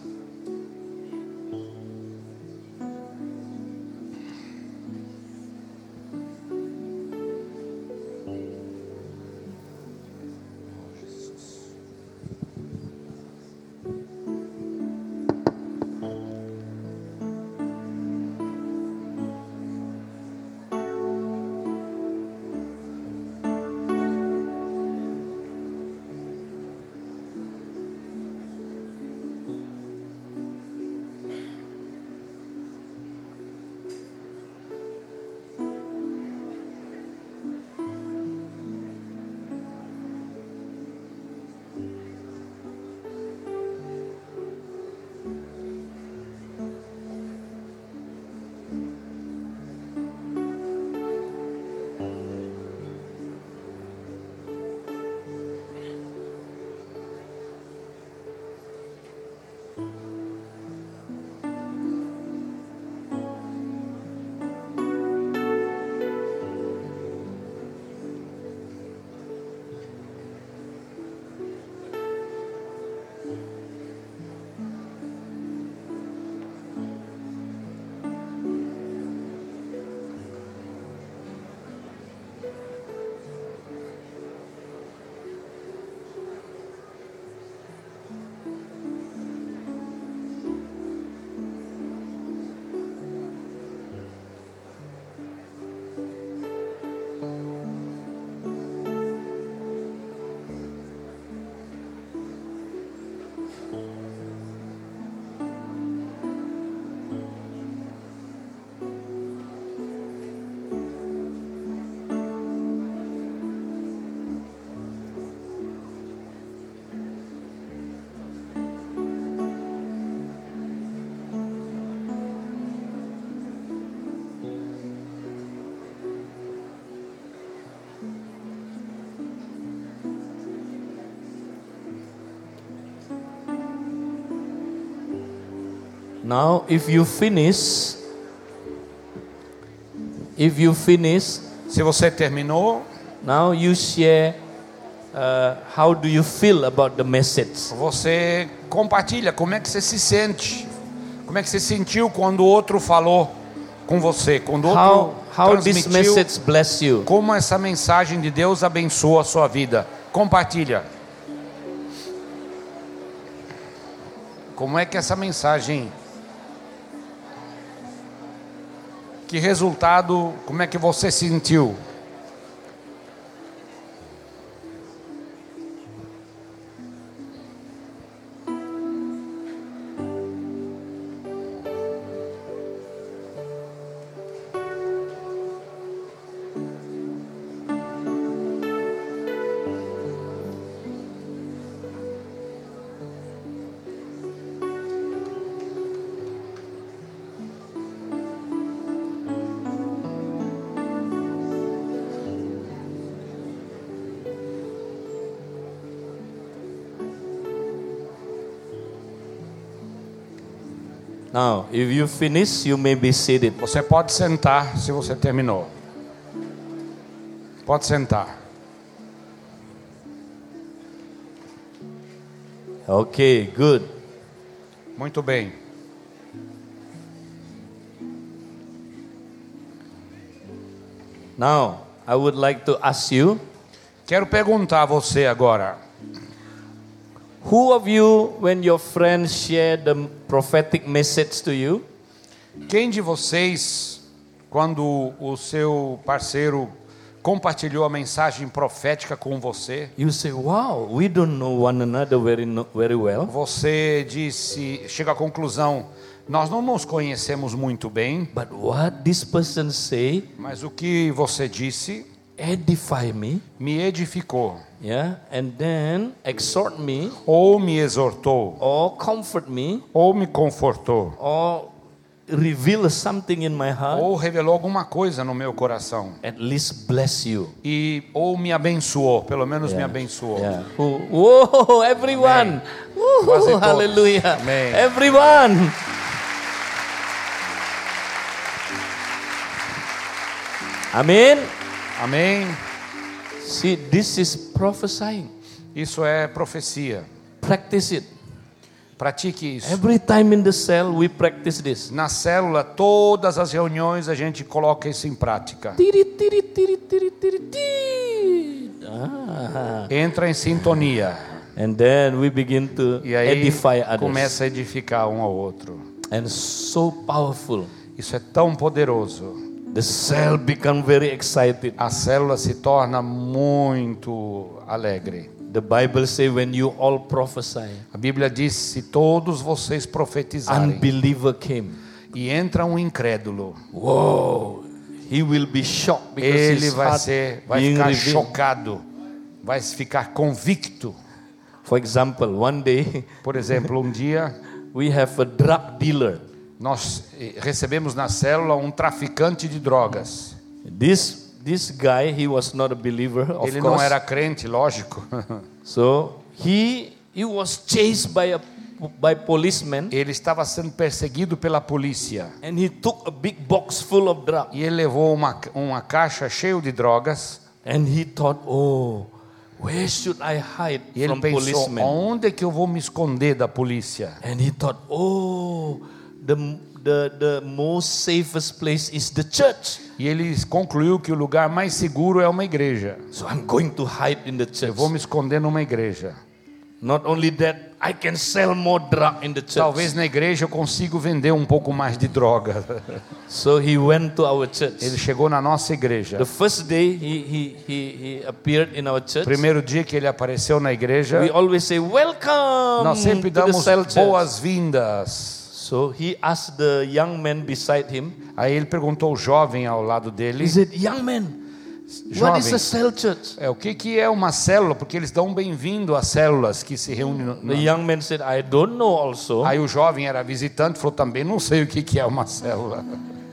Now, if you finish, if you finish, Se você terminou, now you share uh, how do you feel about the message. você compartilha como é que você se sente. Como é que você sentiu quando o outro falou com você, quando o outro How how this transmitiu message bless you. como essa mensagem de Deus abençoa a sua vida. Compartilha. Como é que essa mensagem que resultado, como é que você sentiu? Now, if you finish, you may be seated. Você pode sentar se você terminou. Pode sentar. Okay, good. Muito bem. Now, I would like to ask you, Quero perguntar a você agora. who of you, when your friend share the prophetic message to you, Quem de vocês, quando o seu parceiro compartilhou a mensagem profética com você, you say, "Wow, we don't know one another very no- very well, você disse, chega à conclusão, nós não nos conhecemos muito bem, but what this person say mas o que você disse edify me, me edificou, yeah, and then exhort me ou me exortou, or comfort me ou me confortou, or reveal something in my heart, ou revelou alguma coisa no meu coração at least bless you." e ou me abençoou, pelo menos me abençoou. Yeah. Who- Whoa, everyone. Woo, Quase todos. hallelujah. Amém. Everyone. Amen. Amém. See, this is prophesying. Isso é profecia. Practice it. Pratique isso. Every time in the cell, we practice this. Na célula, todas as reuniões a gente coloca isso em prática. Tiri, tiri, tiri, tiri, tiri, tiri. Ah. Entra em sintonia. And then we begin to E aí edify others. começa a edificar um ao outro. And so powerful. Isso é tão poderoso. The cell become very excited. A célula se torna muito alegre. The Bible say when you all prophesy, A Bíblia diz: se todos vocês profetizarem unbeliever came. e entra um incrédulo, Whoa, he will be shocked because ele his vai heart ser, vai being ficar revealed. chocado, vai ficar convicto. For example, one day Por exemplo, um dia we have a drug dealer. nós eh, recebemos na célula um traficante de drogas. This this guy he was not a believer, of Ele não course. era crente, lógico. So he he was chased by a by policemen Ele estava sendo perseguido pela polícia. and he took a big box full of drugs E ele levou uma, uma caixa cheia de drogas. and he thought, oh, where should I hide E ele from pensou: policemen? onde é que eu vou me esconder da polícia? And he thought, oh, the, the, the most safest place is the church. E ele concluiu que o lugar mais seguro é uma igreja. So I'm going to hide in the church. Eu vou me esconder numa igreja. Not only that, I can sell more drug in the church. Talvez na igreja eu consiga vender um pouco mais de droga. So he went to our church. Ele chegou na nossa igreja. The first day he, he, he, he appeared in our church. Primeiro dia que ele apareceu na We igreja, always say, welcome nós sempre to the damos cell church. boas-vindas. So he asked the young man beside him, Aí ele perguntou ao jovem ao lado dele, he said, young man, what is Jovem. a cell church? é, o que, que é uma célula? Porque eles dão bem-vindo às células que se reúnem. no- The no- young man said, I don't know also. Aí o jovem era visitante, falou também, não sei o que, que é uma célula.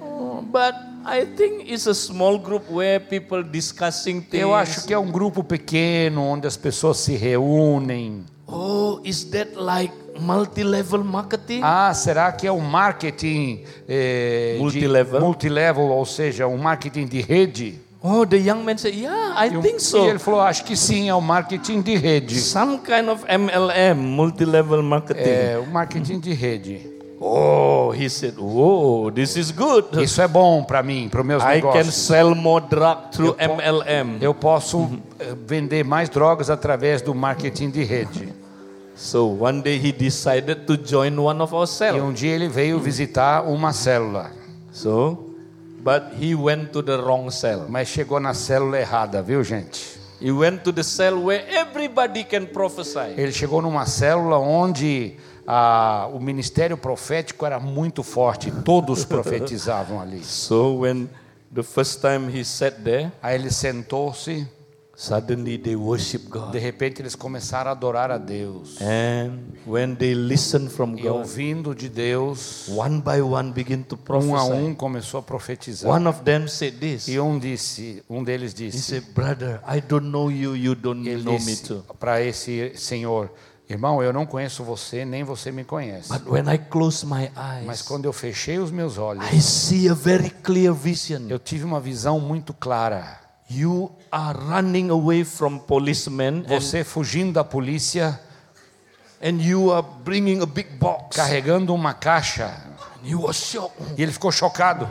Oh, But I think it's a small group where people discussing things. Eu acho que é um grupo pequeno, onde as pessoas se reúnem. Oh, Is that like multi-level marketing? Ah, será que é um marketing eh, de- Multilevel. multilevel, ou seja, um marketing de rede? Oh, the young man said, yeah, I E, um- think e so. ele falou, acho que sim, é um marketing de rede. Some kind of MLM, multi-level marketing. É, um marketing de rede. Oh, he said, whoa, this is good. Isso é bom para mim, para os meus I can negócios. sell more drug through MLM. Eu posso eh, vender mais drogas através do marketing de rede. So one day he decided to join one of our E cells. um dia ele veio visitar uma célula, So, but he went to the wrong cell. mas chegou na célula errada, viu, gente? He went to the cell where everybody can prophesy. Ele chegou numa célula onde ah, o ministério profético era muito forte, todos profetizavam ali. So when the first time he sat there, Aí ele sentou-se, suddenly they worship de God. repente eles começaram a adorar a É, Deus. And when they listen from E God, ouvindo de Deus, one by one begin to um a prophesy. um começou a profetizar. One of them said this. E um disse, um deles He disse, said, brother, I don't know you, you don't ele know me disse too. para esse senhor, irmão, eu não conheço você, nem você me conhece. But when I close my Mas eyes, quando eu fechei os meus olhos, I see a very clear vision. eu tive uma visão muito clara. You are running away from policemen and, Você fugindo da polícia, and you are bringing a big box. carregando uma caixa. And he was shocked. E ele ficou chocado.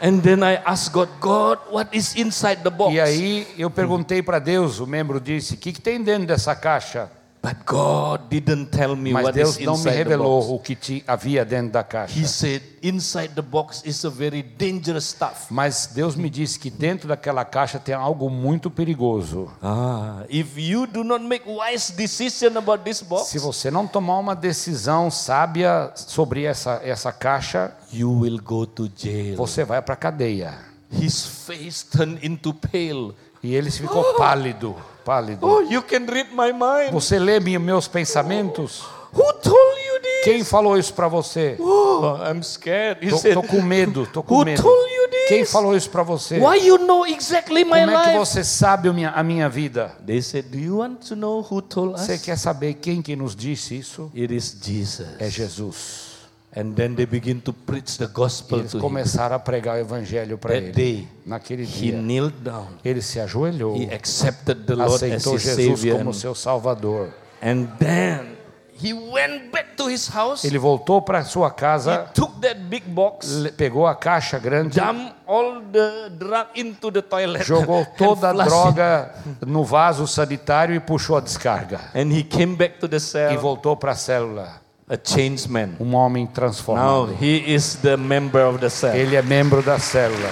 And then I asked God, God, what is inside the box? E aí eu perguntei para Deus, o membro disse: O que, que tem dentro dessa caixa? But God didn't tell me Mas what Deus is não me inside the box. revelou o que ti- havia dentro da He caixa. said, inside the box is a very dangerous stuff. Mas Deus me disse que dentro daquela caixa tem algo muito perigoso. Ah, if you do not make wise decision about this box, Se você não tomar uma decisão sábia sobre essa, essa caixa, you will go to jail. você vai para cadeia. His face turned into pale. E ele ficou pálido, pálido. Oh, you can read my mind. Você lê me- meus pensamentos? Who told you this? Quem falou isso para você? Oh, I'm scared. He Tô, said, tô com medo, tô com Who medo. told you this? Quem falou isso para você? Why you know exactly Como my é que life? você sabe a minha, a minha vida? They said, Do you want to know who told us? Você quer saber quem que nos disse isso? It is Jesus. É Jesus. And then they begin to preach the E gospel Eles to him. começaram a pregar o evangelho para That ele. day, Naquele he dia, kneeled down. ele se ajoelhou, He accepted the é Lord é as aceitou his Jesus Savior. Oh. como seu Salvador. And then he went back to his house. Ele voltou para sua He casa, took that big box, le- pegou a caixa grande, dumped all the drug into the toilet, jogou and toda a flushed it. droga no vaso sanitário e puxou a descarga. And he came back to the E cell, voltou para a célula, a changed man. um homem Now transformado. he is the member of the cell. Ele é membro da célula.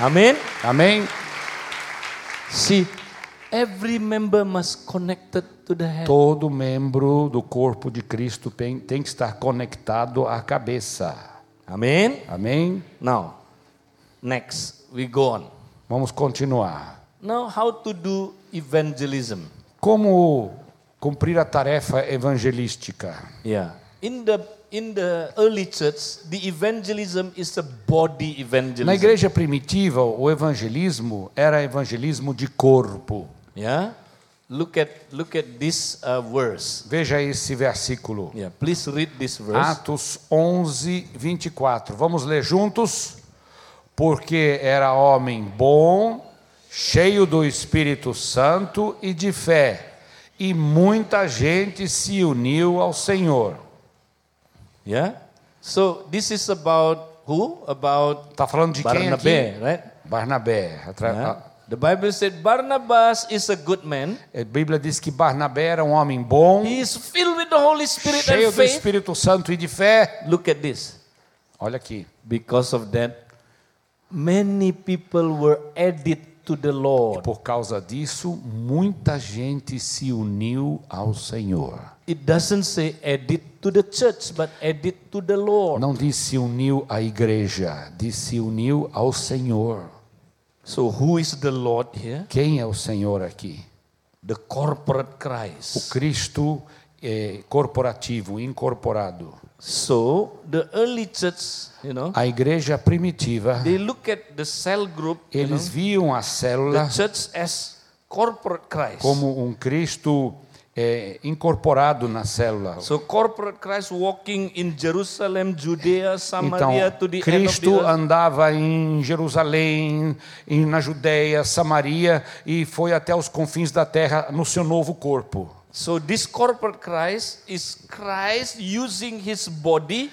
Amen. Amém? See, every member must connected to the head. Todo membro do corpo de Cristo tem, tem que estar conectado à cabeça. Amen. Amém? Now, next we go on. Vamos continuar. Now, how to do evangelism? Como cumprir a tarefa evangelística? Yeah. In the in the early church, the evangelism is a body Na evangelism. igreja primitiva, o evangelismo era evangelismo de corpo. Yeah. Look at look at this uh, verse. Veja esse versículo. Yeah. Ah. Please read this verse. Atos 11, 24. Vamos ler juntos? Porque era homem bom, cheio do Espírito Santo e de fé, e muita gente se uniu ao Senhor. Yeah. So this is about who? About Está Tá falando de quem aqui? Barnabas, right? Barnabé. Atra- Yeah. The Bible said Barnabas is a good man. A Bíblia diz que Barnabé era um homem bom, He is filled with the Holy Spirit cheio do and faith. Espírito Santo e de fé. Look at this. Olha aqui. Because of that, many people were added to the Lord. Por causa disso, muita gente se uniu ao Senhor. It doesn't say added to the church, but added to the Lord. Não diz se uniu à igreja, diz se uniu ao Senhor. So who is the Lord here? Quem é o Senhor aqui? The corporate O Christ. Cristo eh, corporativo, incorporado. So the early church, you know, A igreja primitiva, they look at the cell group, you know, eles viam a the célula church as corporate Christ. como um Cristo é, incorporado na célula. So corporate Christ walking in Jerusalem, Judea, Então, Samaria to the end of the Cristo earth. andava em Jerusalém, em- na Judeia, Samaria e foi até os confins da terra no seu novo corpo. So this corporate Christ is Christ using his body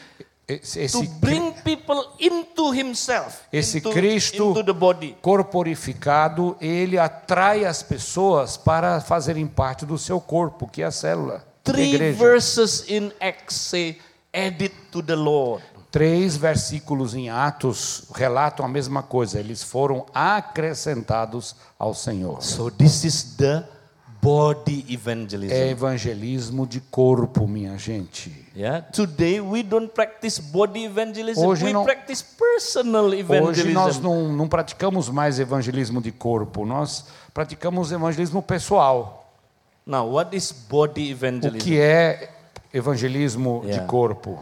Esse, to esse bring people into himself. Esse into, Cristo- into the body. corporificado, ele atrai as pessoas para fazerem parte do seu corpo, que é a célula, que é a Three igreja. verses in Acts say, added to the Lord. Três versículos em Atos relatam a mesma coisa, eles foram acrescentados ao Senhor. So this is the body evangelism. É evangelismo de corpo, minha gente. Yeah, today we don't practice body evangelism. Hoje we não- practice personal Hoje evangelism. nós não, não praticamos mais evangelismo de corpo, nós praticamos evangelismo pessoal. Now, what is body O evangelism? que é evangelismo de Yeah. corpo?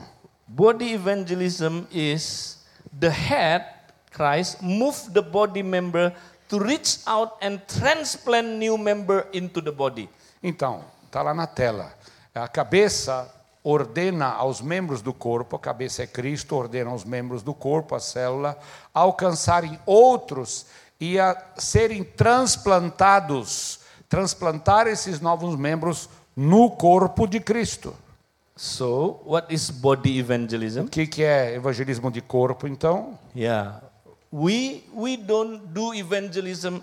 Body evangelism is the head, Christ, move the body member to reach out and transplant new member into the body. Então, está lá na tela. A cabeça ordena aos membros do corpo, a cabeça é Cristo, ordena aos membros do corpo, a célula, a alcançarem outros e a serem transplantados, transplantar esses novos membros no corpo de Cristo. So, what is body evangelism? O que, que é evangelismo de corpo, então? Yeah. We we don't do evangelism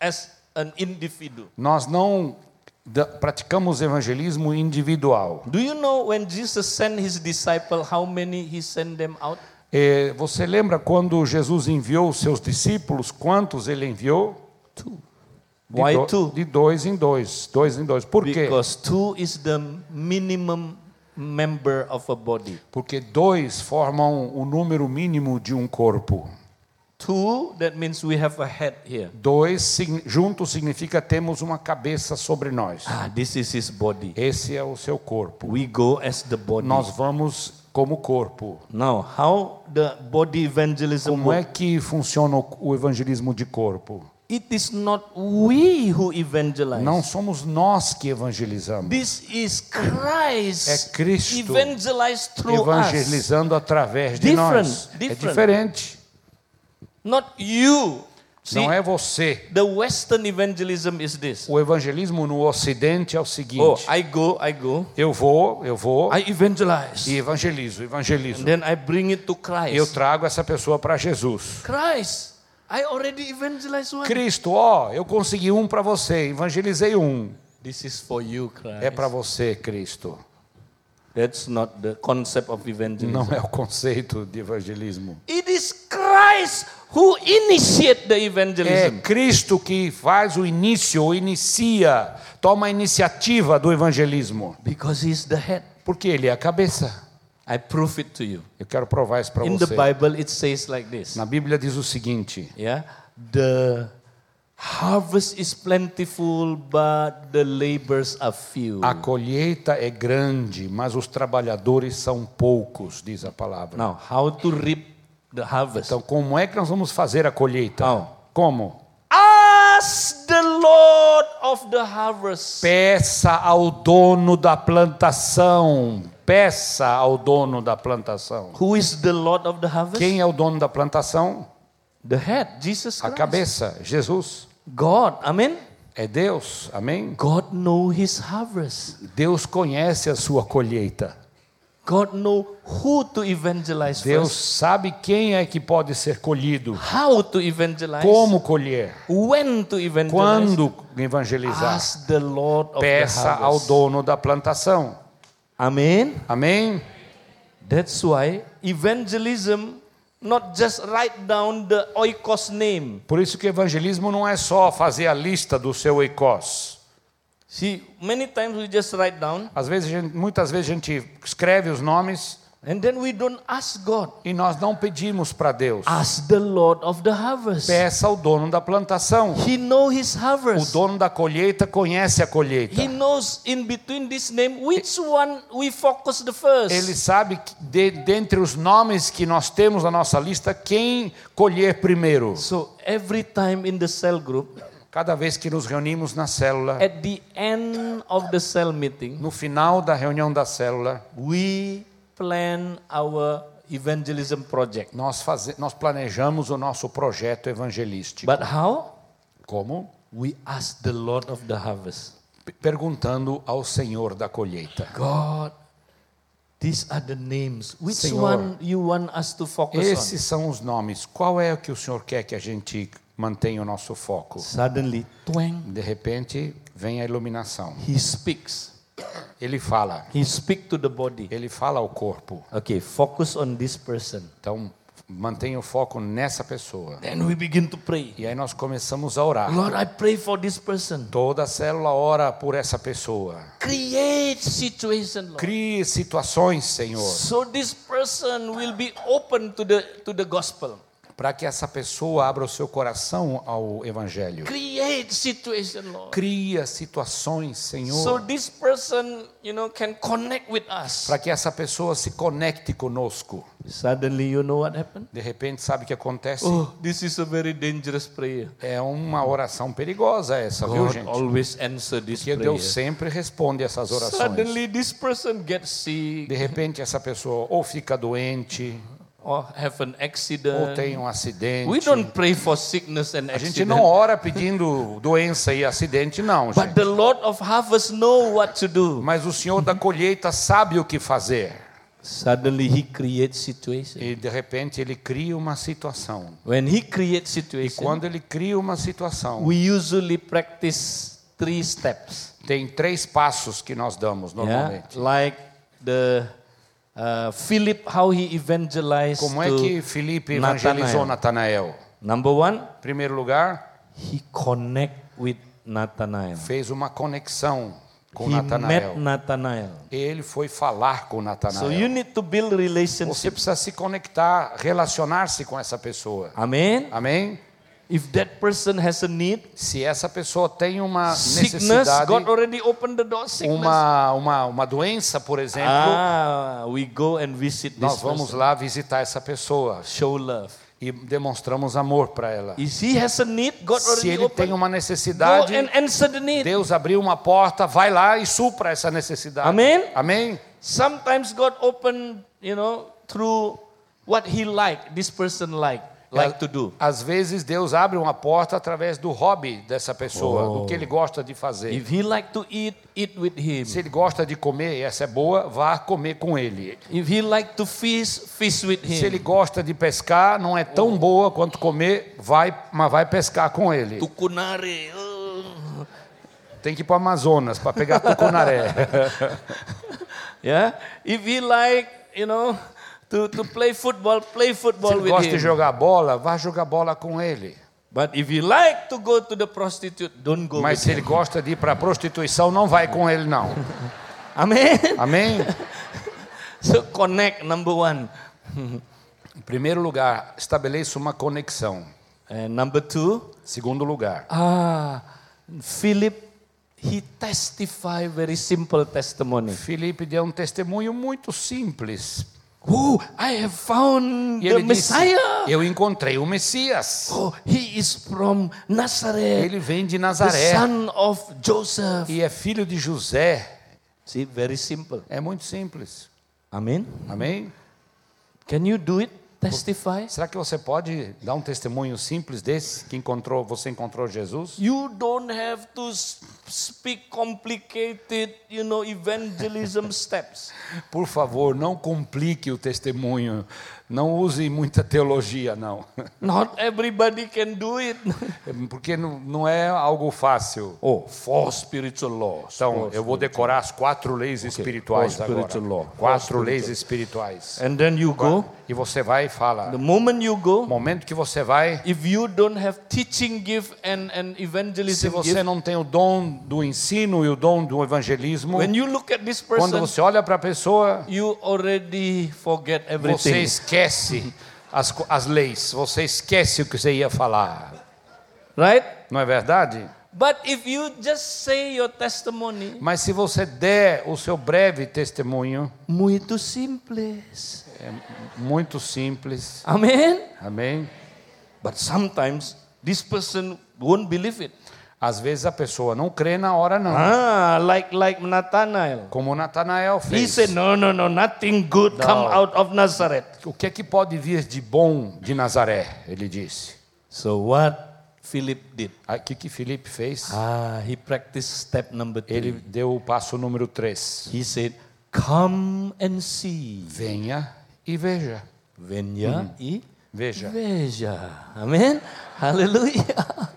as an individual. Nós não da- praticamos evangelismo individual. Do you know when Jesus sent his disciple, how many he sent them out? Eh, Você lembra quando Jesus enviou os seus discípulos? Quantos ele enviou? De Why do- two? De dois em dois. Dois em dois. Por quê? Because two is the minimum member of a body. Porque dois formam o número mínimo de um corpo. Two, that means we have a head here. Dois sign- juntos significa temos uma cabeça sobre nós. Ah, this is his body. Esse é o seu corpo. We go as the body. Nós vamos como corpo. Now, how the body evangelism Como é work? que funciona o o evangelismo de corpo? It is not we who evangelize. Não somos nós que evangelizamos. This is Christ. É Cristo evangelized through us. Evangelizando através de Different, nós. É different. diferente. Not you. See, Não é você. the Western evangelism is this. O evangelismo no Ocidente é o Oh, seguinte: I go, I go. eu vou, eu vou I evangelize. e evangelizo, evangelizo. Then I bring it to Eu Christ. trago essa pessoa para Jesus. Christ, I already evangelized one. Cristo, ó, eu consegui um para você, evangelizei um. This is for you, Christ. É para você, Cristo. That's not the concept of evangelism. Não é o conceito de evangelismo. It is Christ who initiate the É evangelism. Cristo que faz o início, ou inicia, toma a iniciativa do evangelismo. Because he is the head. Porque ele é a cabeça. I prove it to you. Eu quero provar isso para In the você. Bible, it says like this. Na Bíblia diz o seguinte: Yeah, the harvest is plentiful, but the labors are few. A colheita é grande, mas os trabalhadores são poucos, diz a palavra. Now, how to reap the harvest? Então, como é que nós vamos fazer a colheita? Não. Como? Ask the Lord of the harvest. Peça ao dono da plantação. Peça ao dono da plantação. Who is the Lord of the harvest? Quem é o dono da plantação? The head, Jesus A Christ. cabeça, Jesus. God, amen. É Deus, amém? God know his harvest. Deus conhece a sua colheita. God know who to evangelize Deus first. sabe quem é que pode ser colhido, How to evangelize? como colher, When to evangelize? quando evangelizar. Ask the Lord of the peça ao harvest. dono da plantação. Amen. Amém? That's why evangelism not just write down the oikos name. Por isso que evangelismo não é só fazer a lista do seu ECOS. See, many times we just write down Às vezes, a gente- muitas vezes a gente escreve os nomes and then we don't ask God. e nós não pedimos para Deus. Ask the Lord of the harvest. Peça ao dono da plantação. He know his O harvest. dono da colheita conhece a colheita. He knows in between this name which one we focus the first. Ele sabe que de, dentre os nomes que nós temos na nossa lista quem colher primeiro. So every time in the cell group, Cada vez que nos reunimos na célula, At the end of the cell meeting, no final da reunião da célula, we plan our evangelism project. nós, faze- nós planejamos o nosso projeto evangelístico. But how? Como? We ask the Lord of the harvest. P- Perguntando ao Senhor da colheita. God, these are the names. Which Senhor. one you want us to focus on? Esses são os nomes. Qual é o que o Senhor quer que a gente mantenha o nosso foco? Suddenly, twang, De repente, vem a iluminação. he speaks. Ele fala. He speaks to the body. Ele fala ao corpo. Okay, focus on this person. Então, mantenha o foco nessa pessoa. Then we begin to pray. E aí nós começamos a orar. Lord, I pray for this person. Toda a célula ora por essa pessoa. Create situation, Lord. Crie situações, Senhor, So this person will be open to the to the gospel. para que essa pessoa abra o seu coração ao evangelho. Create situation, Lord. Cria situações, So Senhor, this person, you know, can connect with us. para que essa pessoa se conecte conosco. Suddenly, you know what happened? De repente, sabe o que acontece? Oh, this is a very dangerous prayer. É uma oração perigosa essa, viu, God gente? always answer this Porque prayer. Deus sempre responde essas orações. Suddenly, this person gets sick De repente, essa pessoa ou fica doente, or have an ou accident. tem um acidente. É. We don't pray for sickness and A gente accident. não ora pedindo doença e acidente, não, But gente. the Lord of harvest know what to do. Mas o Senhor da colheita sabe o que fazer. Suddenly he creates situation. E de repente ele cria uma situação. When he creates E situation, quando ele cria uma situação, we usually practice three steps. tem três passos que nós damos Yeah? normalmente. Like the uh, Philip, how he evangelized Como é to que Felipe evangelizou Natanael. Natanael? Number one, Em primeiro lugar, he connect with Nathanael. fez uma conexão com he met Natanael. Nathanael. Ele foi falar com So Natanael. you need to build Você relationship. precisa se conectar, relacionar-se com essa pessoa. Amen. Amém? If that person has a need, Se essa pessoa tem uma sickness, necessidade, God already opened the door. Sickness. uma, uma, uma doença, por exemplo, Ah, we go and visit this nós vamos person. lá visitar essa pessoa Show love. e demonstramos amor para ela. If he has a need, God Se already ele tem opened. uma Go necessidade, and answer the need. Deus abriu uma porta, vai lá e supra essa necessidade. Amém? Amém? Sometimes God open, you know, through what he like, this person like, like to do. Às vezes Deus abre uma porta através do hobby dessa pessoa, do que ele gosta de fazer. If he like to eat, eat with him. Se ele gosta de comer, e essa é boa, vá comer com ele. If he like to fish, fish with Se ele him. gosta de pescar, não é tão boa quanto comer, vai, mas vai pescar com ele. To kunare. oh. Tem que ir para o Amazonas para pegar tucunaré. Yeah. If he like, you know, to, to play football, play Se football ele with gosta de him. jogar bola, vá jogar bola com ele. But if you like to go to the prostitute, don't go Mas with se ele gosta de ir para a prostituição, não vai com ele não. Amen. Amém? So connect number one, Em primeiro lugar, estabeleça uma conexão. and number two, Segundo lugar, ah, Philip, he testify very simple testimony. Felipe deu um testemunho muito simples. Oh, I have found E the ele disse: Messiah. Eu encontrei o Messias. Oh, he is from Nazareth, Ele vem de the Nazaré son of Joseph. e é filho de José. See, very simple. É muito simples. Amen. Amém? Can you do it? Testify. Será que você pode dar um testemunho simples desse que encontrou, você encontrou Jesus? You don't have to s- speak complicated, you know, evangelism steps. Por favor, não complique o testemunho. Não use muita teologia, não. Not everybody can do it. Porque não, não é algo fácil. Oh, four spiritual laws. Então, eu vou decorar as quatro leis espirituais Four agora. spiritual law. Four Quatro leis espirituais. And then you go. E você vai e fala. The No moment you go, momento que você vai, if you don't have teaching gift and, and se evangelism você gift, não tem o dom do ensino e o dom do evangelismo, when you look at this quando person, você olha para a pessoa, you already forget você everything. esquece as, co- as leis, você esquece o que você ia falar. Right? Não é verdade? But if you just say your testimony, Mas se você der o seu breve testemunho, muito simples. muito simples, Amen? amém? But sometimes this person won't believe it. Às vezes a pessoa não crê na hora, não. Ah, like like Nathanael. Como Natanael He fez. said, no, no, no, nothing good come out of Nazareth. O que é que pode vir de bom de Nazaré? Ele disse. So what Philip did? Ah, O que, que Filipe fez? Ah, he practiced step number three. Ele deu o passo número 3. He said, come and see. Venha e veja. Venha e Veja. veja. Amen. Hallelujah.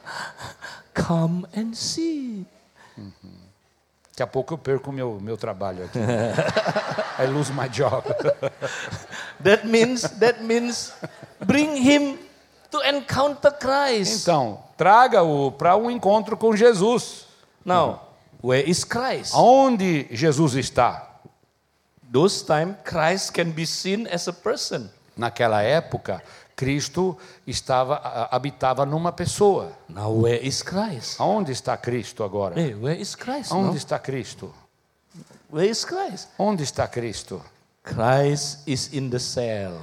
Come and see. Daqui a pouco eu perco o meu, meu trabalho aqui. I lose my job. That means that means bring him to encounter Christ. Então, traga-o para um encontro com Jesus. Now, where is Christ? Aonde Jesus está? Those time Christ can be seen as a person. Naquela época, Cristo estava a- habitava numa pessoa. Now where is Christ? Aonde está Cristo agora? Hey, where is Christ? Aonde No? está Cristo? Where is Christ? Onde está Cristo? Christ is in the cell.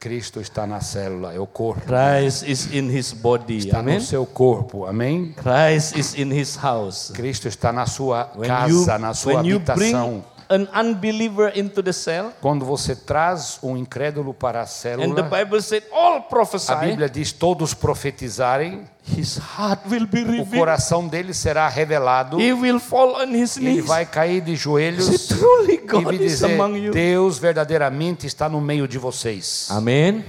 Cristo está na célula, é o corpo. Christ is in his body. Está no Amen. seu corpo, amém? Christ is in his house. Cristo está na sua When you, casa, na sua when you habitação. bring an unbeliever into the cell, Quando você traz um incrédulo para a and the célula, Bible said all a prophesy, Bíblia diz todos profetizarem, his heart will be o revealed. coração dele será revelado, He will fall on his ele knees. vai cair de joelhos Say, truly e God me is among dizer: you. Deus verdadeiramente está no meio de vocês. Amen.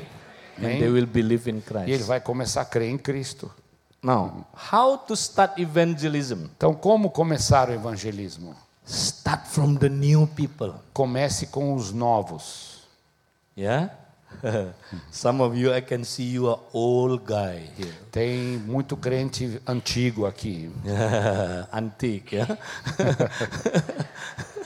Amen. And they will believe in E ele Christ. vai começar a crer em Cristo. Now, how to start evangelism? Então, como começar o evangelismo? Start from the new people. Comece com os novos. Yeah? Some of you, I can see you are old guy here. Tem muito crente antigo aqui. Antique, yeah?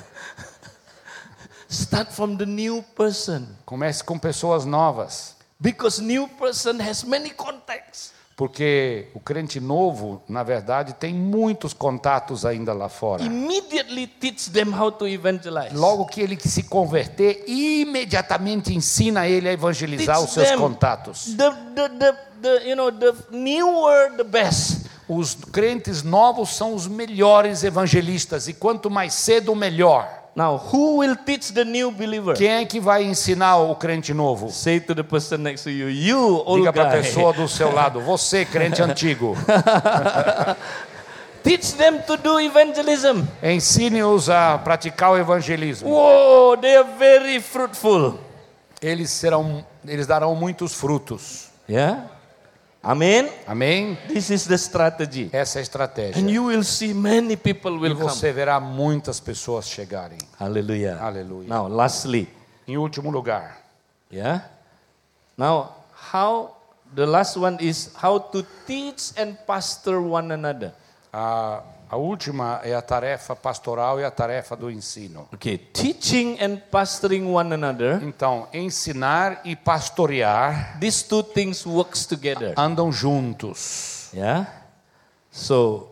Start from the new person. Comece com pessoas novas. Because new person has many contacts. Porque o crente novo, na verdade, tem muitos contatos ainda lá fora. Immediately teach them how to evangelize. Logo que ele se converter, imediatamente ensina ele a evangelizar os Teach seus them. contatos. The, the, the, the, you know, the newer, the best. Os crentes novos são os melhores evangelistas e quanto mais cedo, melhor. Now, who will teach the new believer? Quem é que vai ensinar o crente novo? Say to the person next to you, you old Diga para a guy, pessoa do seu lado, você, crente antigo, teach them to do evangelism. ensine-os a praticar o evangelismo. Whoa, they are very fruitful. Eles serão, eles darão muitos frutos. Yeah? Amen? Amém? This is the strategy. Essa é a estratégia. And you will see many people E will come. você verá muitas pessoas chegarem. Hallelujah. Hallelujah. Now, lastly, Em último lugar, yeah? Now, how, the last one is how to teach and pastor one another. a, a última é a tarefa pastoral e a tarefa do ensino. Okay, teaching and pastoring one another, Então, ensinar e pastorear these two things works together. andam juntos. Yeah. So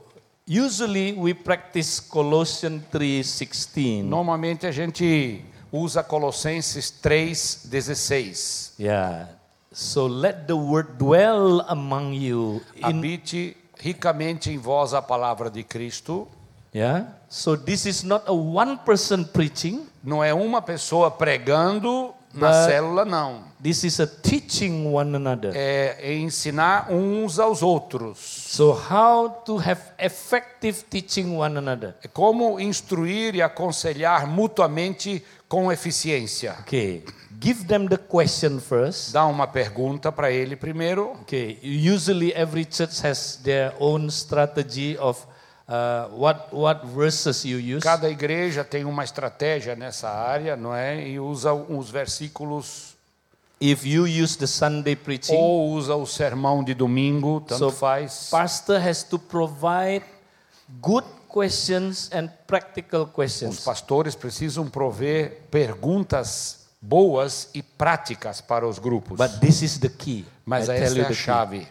usually we practice Colossians 3:16. Normalmente a gente usa Colossenses 3:16. Yeah. So let the word dwell among you. In, Habite ricamente em vós a palavra de Cristo. yeah. So this is not a one person preaching. Não é uma pessoa pregando na But- célula, não. This is a teaching one Eh. another. É ensinar uns aos outros. So how to have effective teaching one another? É Como instruir e aconselhar mutuamente com eficiência? Okay. Give them the question first. Dá uma pergunta para ele primeiro. Okay, usually every church has their own strategy of uh, what what verses you use. Cada igreja tem uma estratégia nessa área, não é? E usa os versículos If you use the Sunday preaching, ou usa o sermão de domingo, tanto So, faz. pastor has to provide good questions and practical Os questions. pastores precisam prover perguntas boas e práticas para os grupos. But this is the key. Mas I essa tell you é a the key. chave.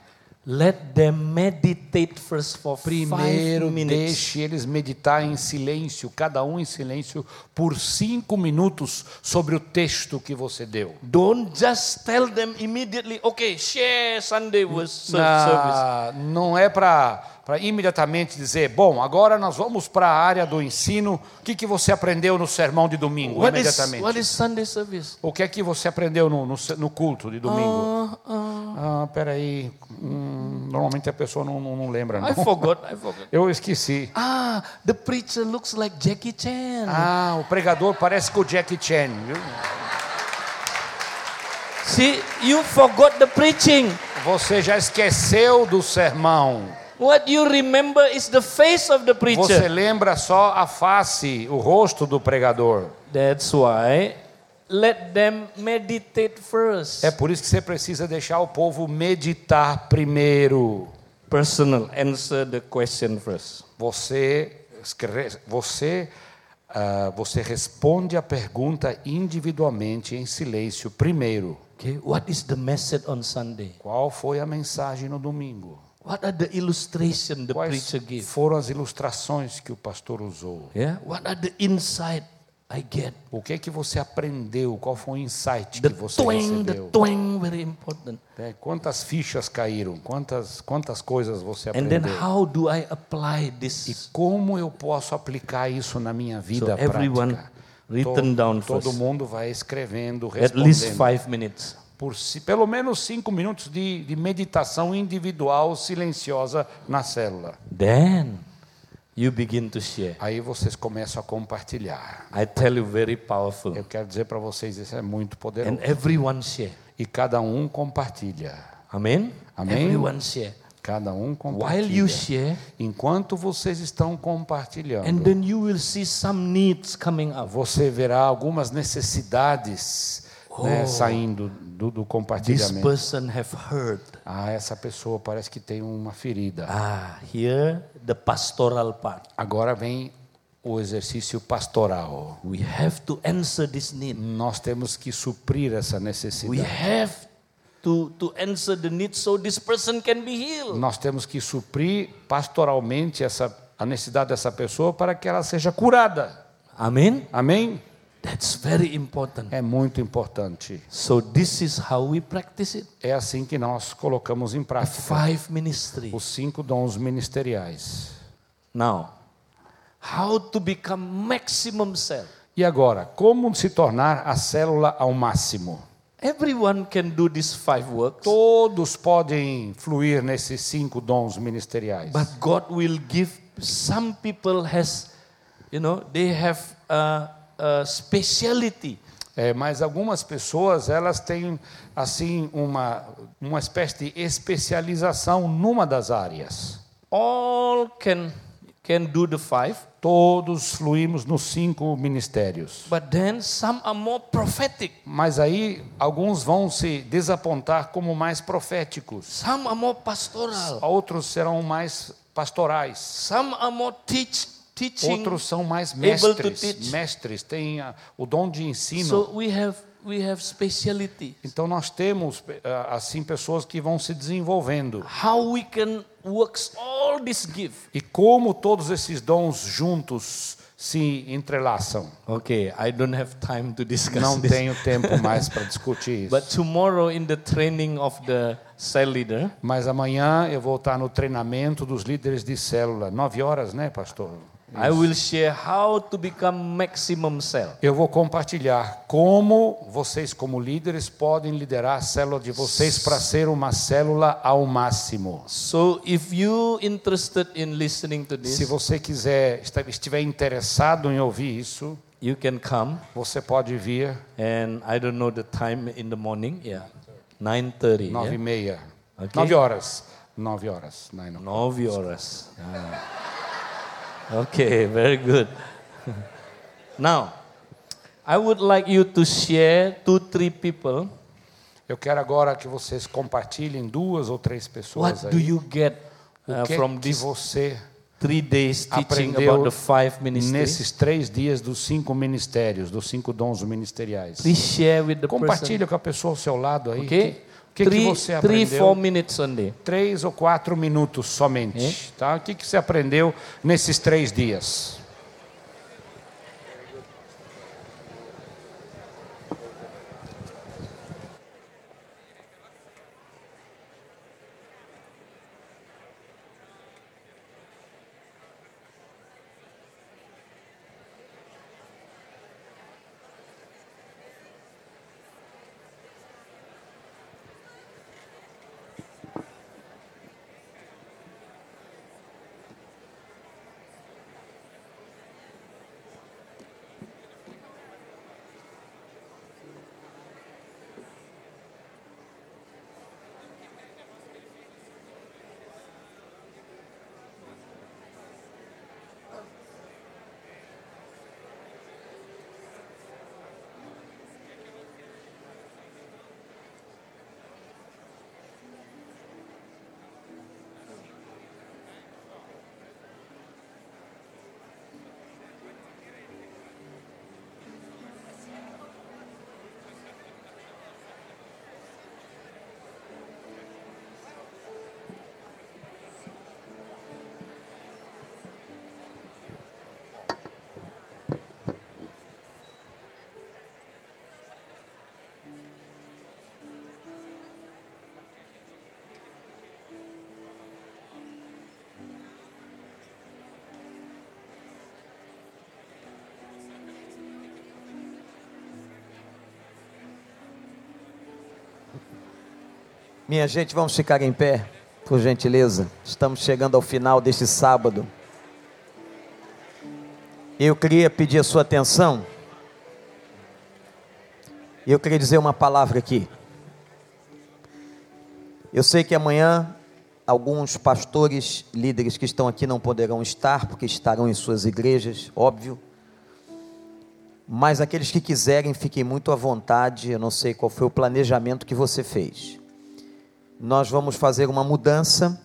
Let them meditate first for Primeiro, five minutes. deixe eles meditar em silêncio, cada um em silêncio, por cinco minutos sobre o texto que você deu. Don't just tell them immediately, okay, share Sunday was ser- service. Na- não é para imediatamente dizer, bom, agora nós vamos para a área do ensino. O que, que você aprendeu no sermão de domingo? What is, imediatamente. what is Sunday service? O que é que você aprendeu no, no, se- no culto de domingo? Uh, uh, Ah, peraí. Hum, normalmente a pessoa não, não, não lembra. I Não. forgot, I forgot. Eu esqueci. Ah, the preacher looks like Jackie Chan. Ah, o pregador parece com o Jack Chan. viu? See, you forgot the preaching. Você já esqueceu do sermão. What you remember is the face of the Você preacher. lembra só a face, o rosto do pregador. That's why let them meditate first. É por isso que você precisa deixar o povo meditar primeiro. Personal, answer the question first. Você escre- você ah, você responde a pergunta individualmente em silêncio primeiro. Okay, what is the message on Sunday? Qual foi a mensagem no domingo? What are the illustration the Quais preacher give? foram as ilustrações que o pastor usou? Yeah, what are the insight I get? O que é que você aprendeu? Qual foi o insight The que você twang, the recebeu? twang, very important. É, Quantas fichas caíram? Quantas quantas coisas você And then aprendeu? how do I apply this? E como eu posso aplicar isso na minha So vida everyone prática? written down Todo first. mundo vai escrevendo, At least respondendo. five minutes. Por si, pelo menos cinco minutos de, de meditação individual, silenciosa, na célula. Then you begin to share. Aí vocês começam a compartilhar. I tell you, very powerful. Eu quero dizer para vocês, isso é muito poderoso. And everyone share. E cada um compartilha. Amen? Amen. Everyone share. Cada um While you compartilha. share, Enquanto vocês estão and compartilhando, then you will see some needs coming up. você verá algumas necessidades né, saindo do, do This compartilhamento. person have heard. Ah, essa pessoa parece que tem uma ferida. Ah, here the pastoral part. Agora vem o exercício pastoral. We have to answer this need. Nós temos que suprir essa We necessidade. have to, to answer the need so this person can be healed. Nós temos que suprir pastoralmente essa, a necessidade dessa pessoa para que ela seja curada. Amen? Amém? That's very important. É muito importante. So this is how we practice it. É assim que nós colocamos em É prática Five ministry. os cinco dons ministeriais. Now, how to become maximum self? E agora, como se tornar a célula ao máximo? Everyone can do these five works, Todos podem fluir nesses cinco dons ministeriais. but God will give some people has, you know, they have a, a speciality. É, mas algumas pessoas elas têm assim uma uma espécie de especialização numa das áreas. All can can do the five, Todos fluímos nos cinco ministérios. but then some are more prophetic, Mas aí alguns vão se desapontar como mais proféticos, some are more pastoral, outros serão mais pastorais, some are more teach teaching. outros são mais able to mestres. teach. Mestres têm ah, o dom de ensino. So we have we have speciality. então nós temos eh, ah, assim pessoas que vão se desenvolvendo. How we can works all this gift. E como todos esses dons juntos se entrelaçam. Okay, I don't have time to discuss Não this. tenho tempo mais para discutir isso. But tomorrow in the training of the cell leader, Mas amanhã eu vou estar no treinamento dos líderes de célula. Nove horas, né, pastor? I will share how to become maximum cell. Eu vou compartilhar como vocês, como líderes, podem liderar a célula de vocês para ser uma célula ao máximo. So if you interested in listening to Se this, você quiser, esta- estiver interessado em ouvir isso, you can come. você pode vir And I don't know the time in the morning. Yeah, 9:30. nove e Yeah? meia, Ok. nove horas, nove horas, nine o'clock. Nove horas. Ah. Okay, very good. now, I would like you to share two, three people. Eu quero agora que vocês compartilhem duas ou três pessoas What do aí. you get O uh, que, é from que this você three days teaching aprendeu about the five ministries? nesses três dias dos cinco ministérios, dos cinco dons ministeriais? Please share with the person. Compartilha com a pessoa ao seu lado aí. Ok? que- que, que three, você three aprendeu? four minutes only. Três ou quatro minutos somente. É? Tá? O que, que você aprendeu nesses três dias? Minha gente, vamos ficar em pé, por gentileza. Estamos chegando ao final deste sábado. Eu queria pedir a sua atenção. E eu queria dizer uma palavra aqui. Eu sei que amanhã alguns pastores, líderes que estão aqui não poderão estar, porque estarão em suas igrejas, óbvio. Mas aqueles que quiserem, fiquem muito à vontade. Eu não sei qual foi o planejamento que você fez nós vamos fazer uma mudança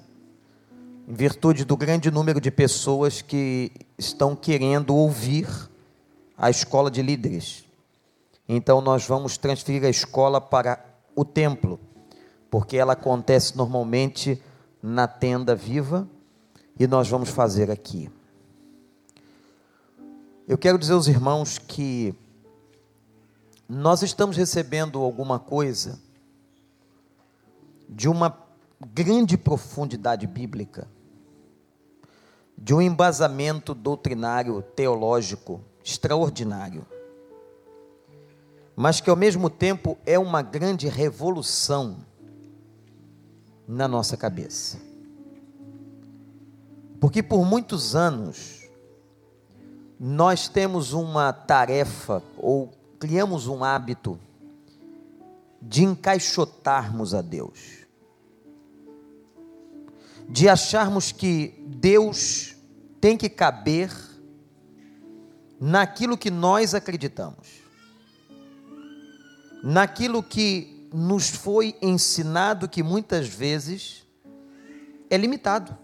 em virtude do grande número de pessoas que estão querendo ouvir a escola de líderes. Então nós vamos transferir a escola para o templo, porque ela acontece normalmente na tenda viva e nós vamos fazer aqui. Eu quero dizer aos irmãos que nós estamos recebendo alguma coisa de uma grande profundidade bíblica, de um embasamento doutrinário, teológico extraordinário, mas que ao mesmo tempo é uma grande revolução na nossa cabeça. Porque por muitos anos nós temos uma tarefa ou criamos um hábito de encaixotarmos a Deus, de acharmos que Deus tem que caber naquilo que nós acreditamos, naquilo que nos foi ensinado que muitas vezes é limitado.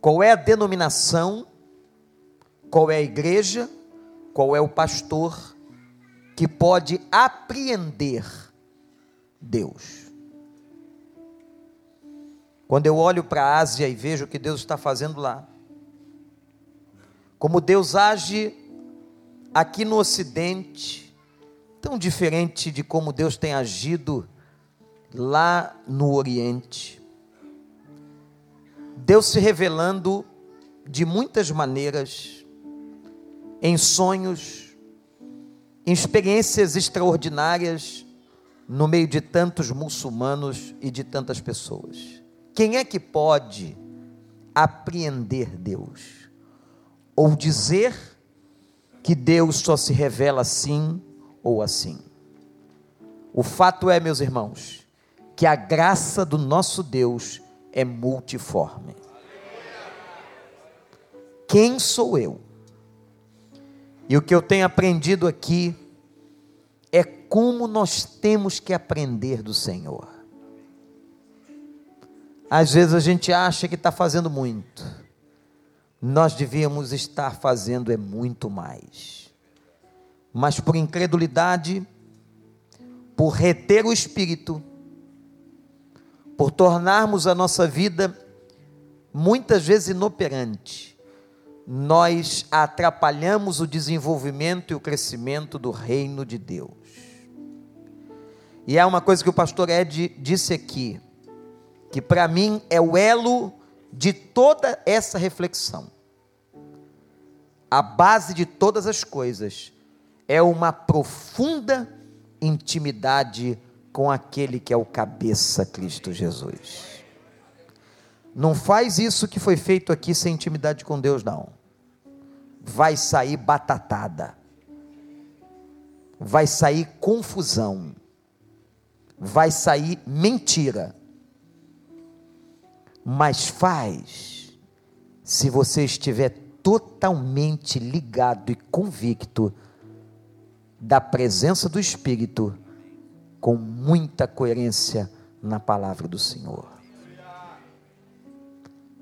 Qual é a denominação? Qual é a igreja? Qual é o pastor? que pode apreender Deus. Quando eu olho para a Ásia e vejo o que Deus está fazendo lá, como Deus age aqui no Ocidente, tão diferente de como Deus tem agido lá no Oriente. Deus se revelando de muitas maneiras, em sonhos, em experiências extraordinárias no meio de tantos muçulmanos e de tantas pessoas. Quem é que pode apreender Deus? Ou dizer que Deus só se revela assim ou assim? O fato é, meus irmãos, que a graça do nosso Deus é multiforme. Quem sou eu? E o que eu tenho aprendido aqui é como nós temos que aprender do Senhor. Às vezes a gente acha que está fazendo muito, nós devíamos estar fazendo é muito mais. Mas por incredulidade, por reter o espírito, por tornarmos a nossa vida muitas vezes inoperante, nós atrapalhamos o desenvolvimento e o crescimento do reino de Deus. E há uma coisa que o pastor Ed disse aqui, que para mim é o elo de toda essa reflexão. A base de todas as coisas é uma profunda intimidade com aquele que é o cabeça Cristo Jesus. Não faz isso que foi feito aqui sem intimidade com Deus, não. Vai sair batatada. Vai sair confusão. Vai sair mentira. Mas faz se você estiver totalmente ligado e convicto da presença do Espírito com muita coerência na palavra do Senhor.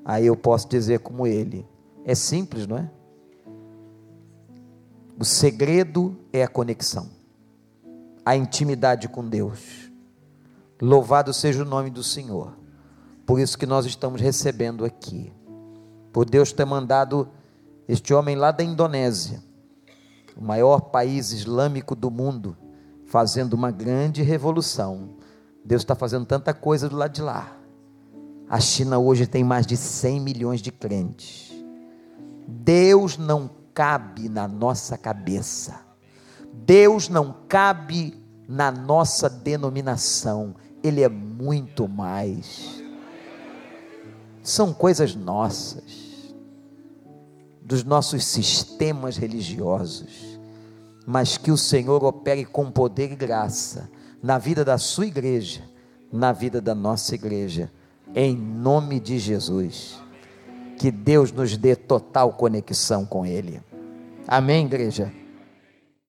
Aí eu posso dizer como ele. É simples, não é? O segredo é a conexão, a intimidade com Deus. Louvado seja o nome do Senhor. Por isso que nós estamos recebendo aqui. Por Deus ter mandado este homem lá da Indonésia o maior país islâmico do mundo, fazendo uma grande revolução. Deus está fazendo tanta coisa do lado de lá. A China hoje tem mais de 100 milhões de crentes. Deus não cabe na nossa cabeça. Deus não cabe na nossa denominação. Ele é muito mais. São coisas nossas dos nossos sistemas religiosos, mas que o Senhor opere com poder e graça na vida da sua igreja, na vida da nossa igreja, em nome de Jesus. Que Deus nos dê total conexão com Ele. Amém, igreja?